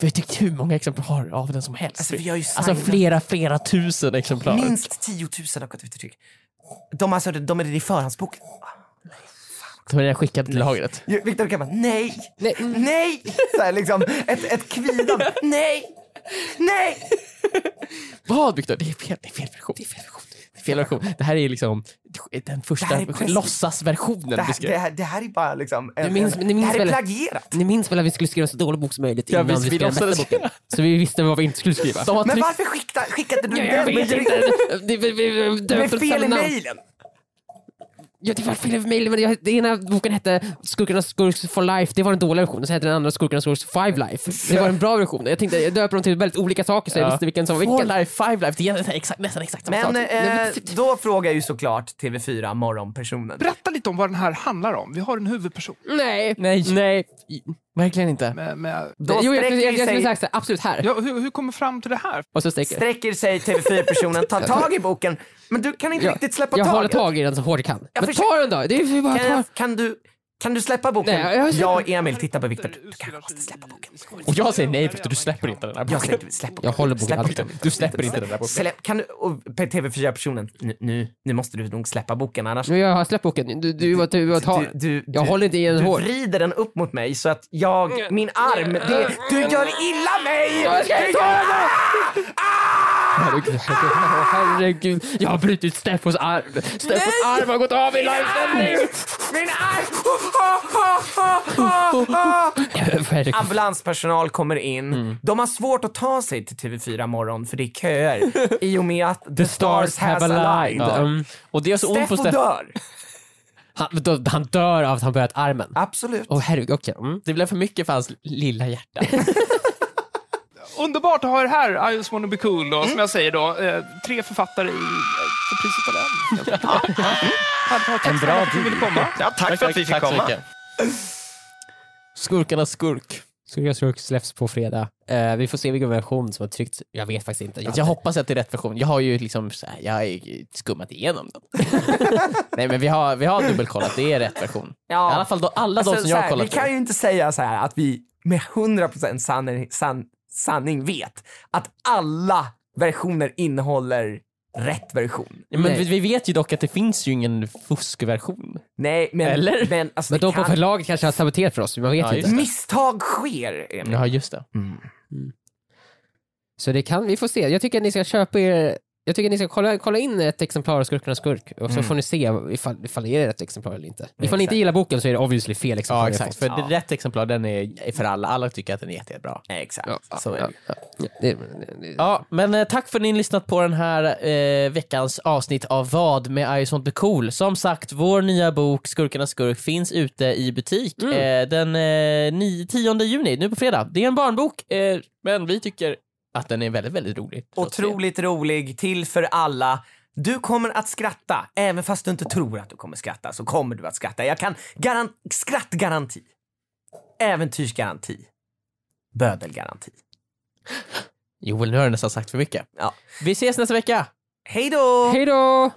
Vi har tryckt hur många exemplar av den som helst.
Alltså, vi har ju
alltså
signat-
flera, flera tusen exemplar.
minst 10 000 har gått ut i tryck. De, alltså, de är i förhandsboken.
Som jag skickat till lagret.
Jo, Viktor kan bara nej,
Nej.
nej, så här, liksom ett, ett kvidande, nej, nej.
Vad Viktor? Det är fel, det är fel version. Det är fel version. Det, är fel version. det här är liksom den
Det här
första
är precis-
låtsasversionen.
Det
vi
här,
skrev.
det, här, det här är bara liksom, en,
Du minns-
en,
ni minns
det här är
väl-
plagierat.
Ni minns väl att vi skulle skriva en så dålig bok som möjligt
Ja,
innan
vi-
vi,
vi
skrev nästa
låtsades-
boken? Så vi visste vad vi inte skulle skriva.
De har
Men
tryckt-
varför skicka, skickade du den?
Jag vet
med-
inte. Det det- det-
Det
det-
blev fel i
namn.
mejlen.
Ja, det var fel i mejlen. Men jag, den ena boken hette Skurkarnas Skurks for Life. Det var den dåliga versionen. Sen hette den andra Skurkarnas Skurks Five Life. Det var den bra versionen. Jag tänkte jag döper dem till väldigt olika saker så jag
Ja.
visste vilken som var
Four
vilken.
life, five life. Det är nästan exakt, nästan exakt samma
Men
sak.
eh, då frågar ju såklart TV4 morgonpersonen.
Berätta lite om vad den här handlar om. Vi har en huvudperson.
Nej.
Nej. Nej. Verkligen inte.
Med, med,
Då
jo, jag, jag,
sträcker
jag, jag skulle
sig-
sagt så här, absolut här.
ja, hur, hur kommer fram till det här?
Och så sträcker
Sträcker sig TV4-personen, tar tag i boken, men du kan inte
jag.
riktigt släppa
jag håller
taget.
tag i den så hårt jag kan.
Jag
men
försöker-
ta den då! Det är ju bara
Kan,
ta...
jag- kan, du, kan du släppa boken?
Nej, jag- jag-
jag och Emil tittar på Viktor. Du kanske måste släppa boken.
Och jag säger nej Viktor, du släpper inte den här
Jag
boken.
säger släpp boken.
Jag håller boken
Släpp
alltid.
Du släpper inte den där boken.
Släpp, kan du, och på TV4-personen, nu, nu, nu måste du nog släppa boken annars.
Nu jag har släppt boken. Du, du, du, du, tar
du, du,
Mm, Jag
du,
håller inte i den
du
hårt.
vrider den upp mot mig så att
Mm.
jag, min arm, det, du gör illa mig! Du gör-
Herregud, herregud. Jag har brutit Steffos arm. Steffos arm har gått av i livesändning.
Min arm! Oh, oh, oh, oh, oh.
Herregud.
Ambulanspersonal kommer in. De har svårt att ta sig till TV4 morgon för det är köer i och med att the stars has aligned.
Ja.
Mm. Och det gör så ont
Steffo
på Steffo.
dör.
Han, då, han dör av att han börjat armen.
Absolut.
Åh herregud, okej. Mm.
Det blev för mycket för hans lilla hjärta.
Underbart att ha er här, I just wanna be
Mm.
cool. Och som jag säger då, eh, tre författare i, eh, för priset av en. helt enkelt. Tack en bra att du ville komma.
Ja, tack, för att vi fick
Tack så
komma.
mycket. Skurkarnas skurk.
Skurkas Rook släpps på fredag. Eh, vi får se vilken version som har tryckts. Jag vet faktiskt inte.
Jag hoppas att det är rätt version. Jag har ju liksom så här, jag har ju skummat igenom den. Nej men vi har, vi har dubbelkollat, det är rätt version. I alla fall då, alla de
Alltså,
som
så
jag
här,
har kollat
vi kan ju inte säga så här att vi med 100% sanning, san, sanning vet att alla versioner innehåller rätt version.
Ja, Men vi, vi vet ju dock att det finns ju ingen fuskversion.
Nej, men...
Eller?
Men, alltså,
Men
det
då på
kan...
förlaget kanske har saboterat för oss, man vet
Ja,
inte.
just
Misstag sker, Emil. Mm.
Ja, just det.
Så det kan vi få se. Jag tycker att ni ska köpa er jag tycker att ni ska kolla, kolla in ett exemplar av Skurkarnas skurk och så får ni se ifall, ifall det är rätt exemplar eller inte. Ifall ni inte gillar boken så är det obviously fel exemplar.
Ja,
ni har
exakt.
fått.
För det är rätt exemplar, den är är för alla. Alla tycker att den är jätte- jättebra.
Exakt.
Ja,
så är det.
ja, ja, ja. Det- det- det-
Ja, men eh, tack för att ni har lyssnat på den här eh, veckans avsnitt av Vad med I Don't Be Cool. Som sagt, vår nya bok Skurkarnas skurk finns ute i butik eh, den eh, 9, 10 juni, nu på fredag. Det är en barnbok, eh, men vi tycker att den är väldigt, väldigt rolig. Trots
Otroligt rolig, till för alla. Du kommer att skratta, även fast du inte tror att du kommer skratta så kommer du att skratta. Jag kan garan- skrattgaranti. Äventyrsgaranti. Bödelgaranti.
det. Joel, nu har du nästan sagt för mycket.
Ja.
Vi ses nästa vecka!
Hej då!
Hej då!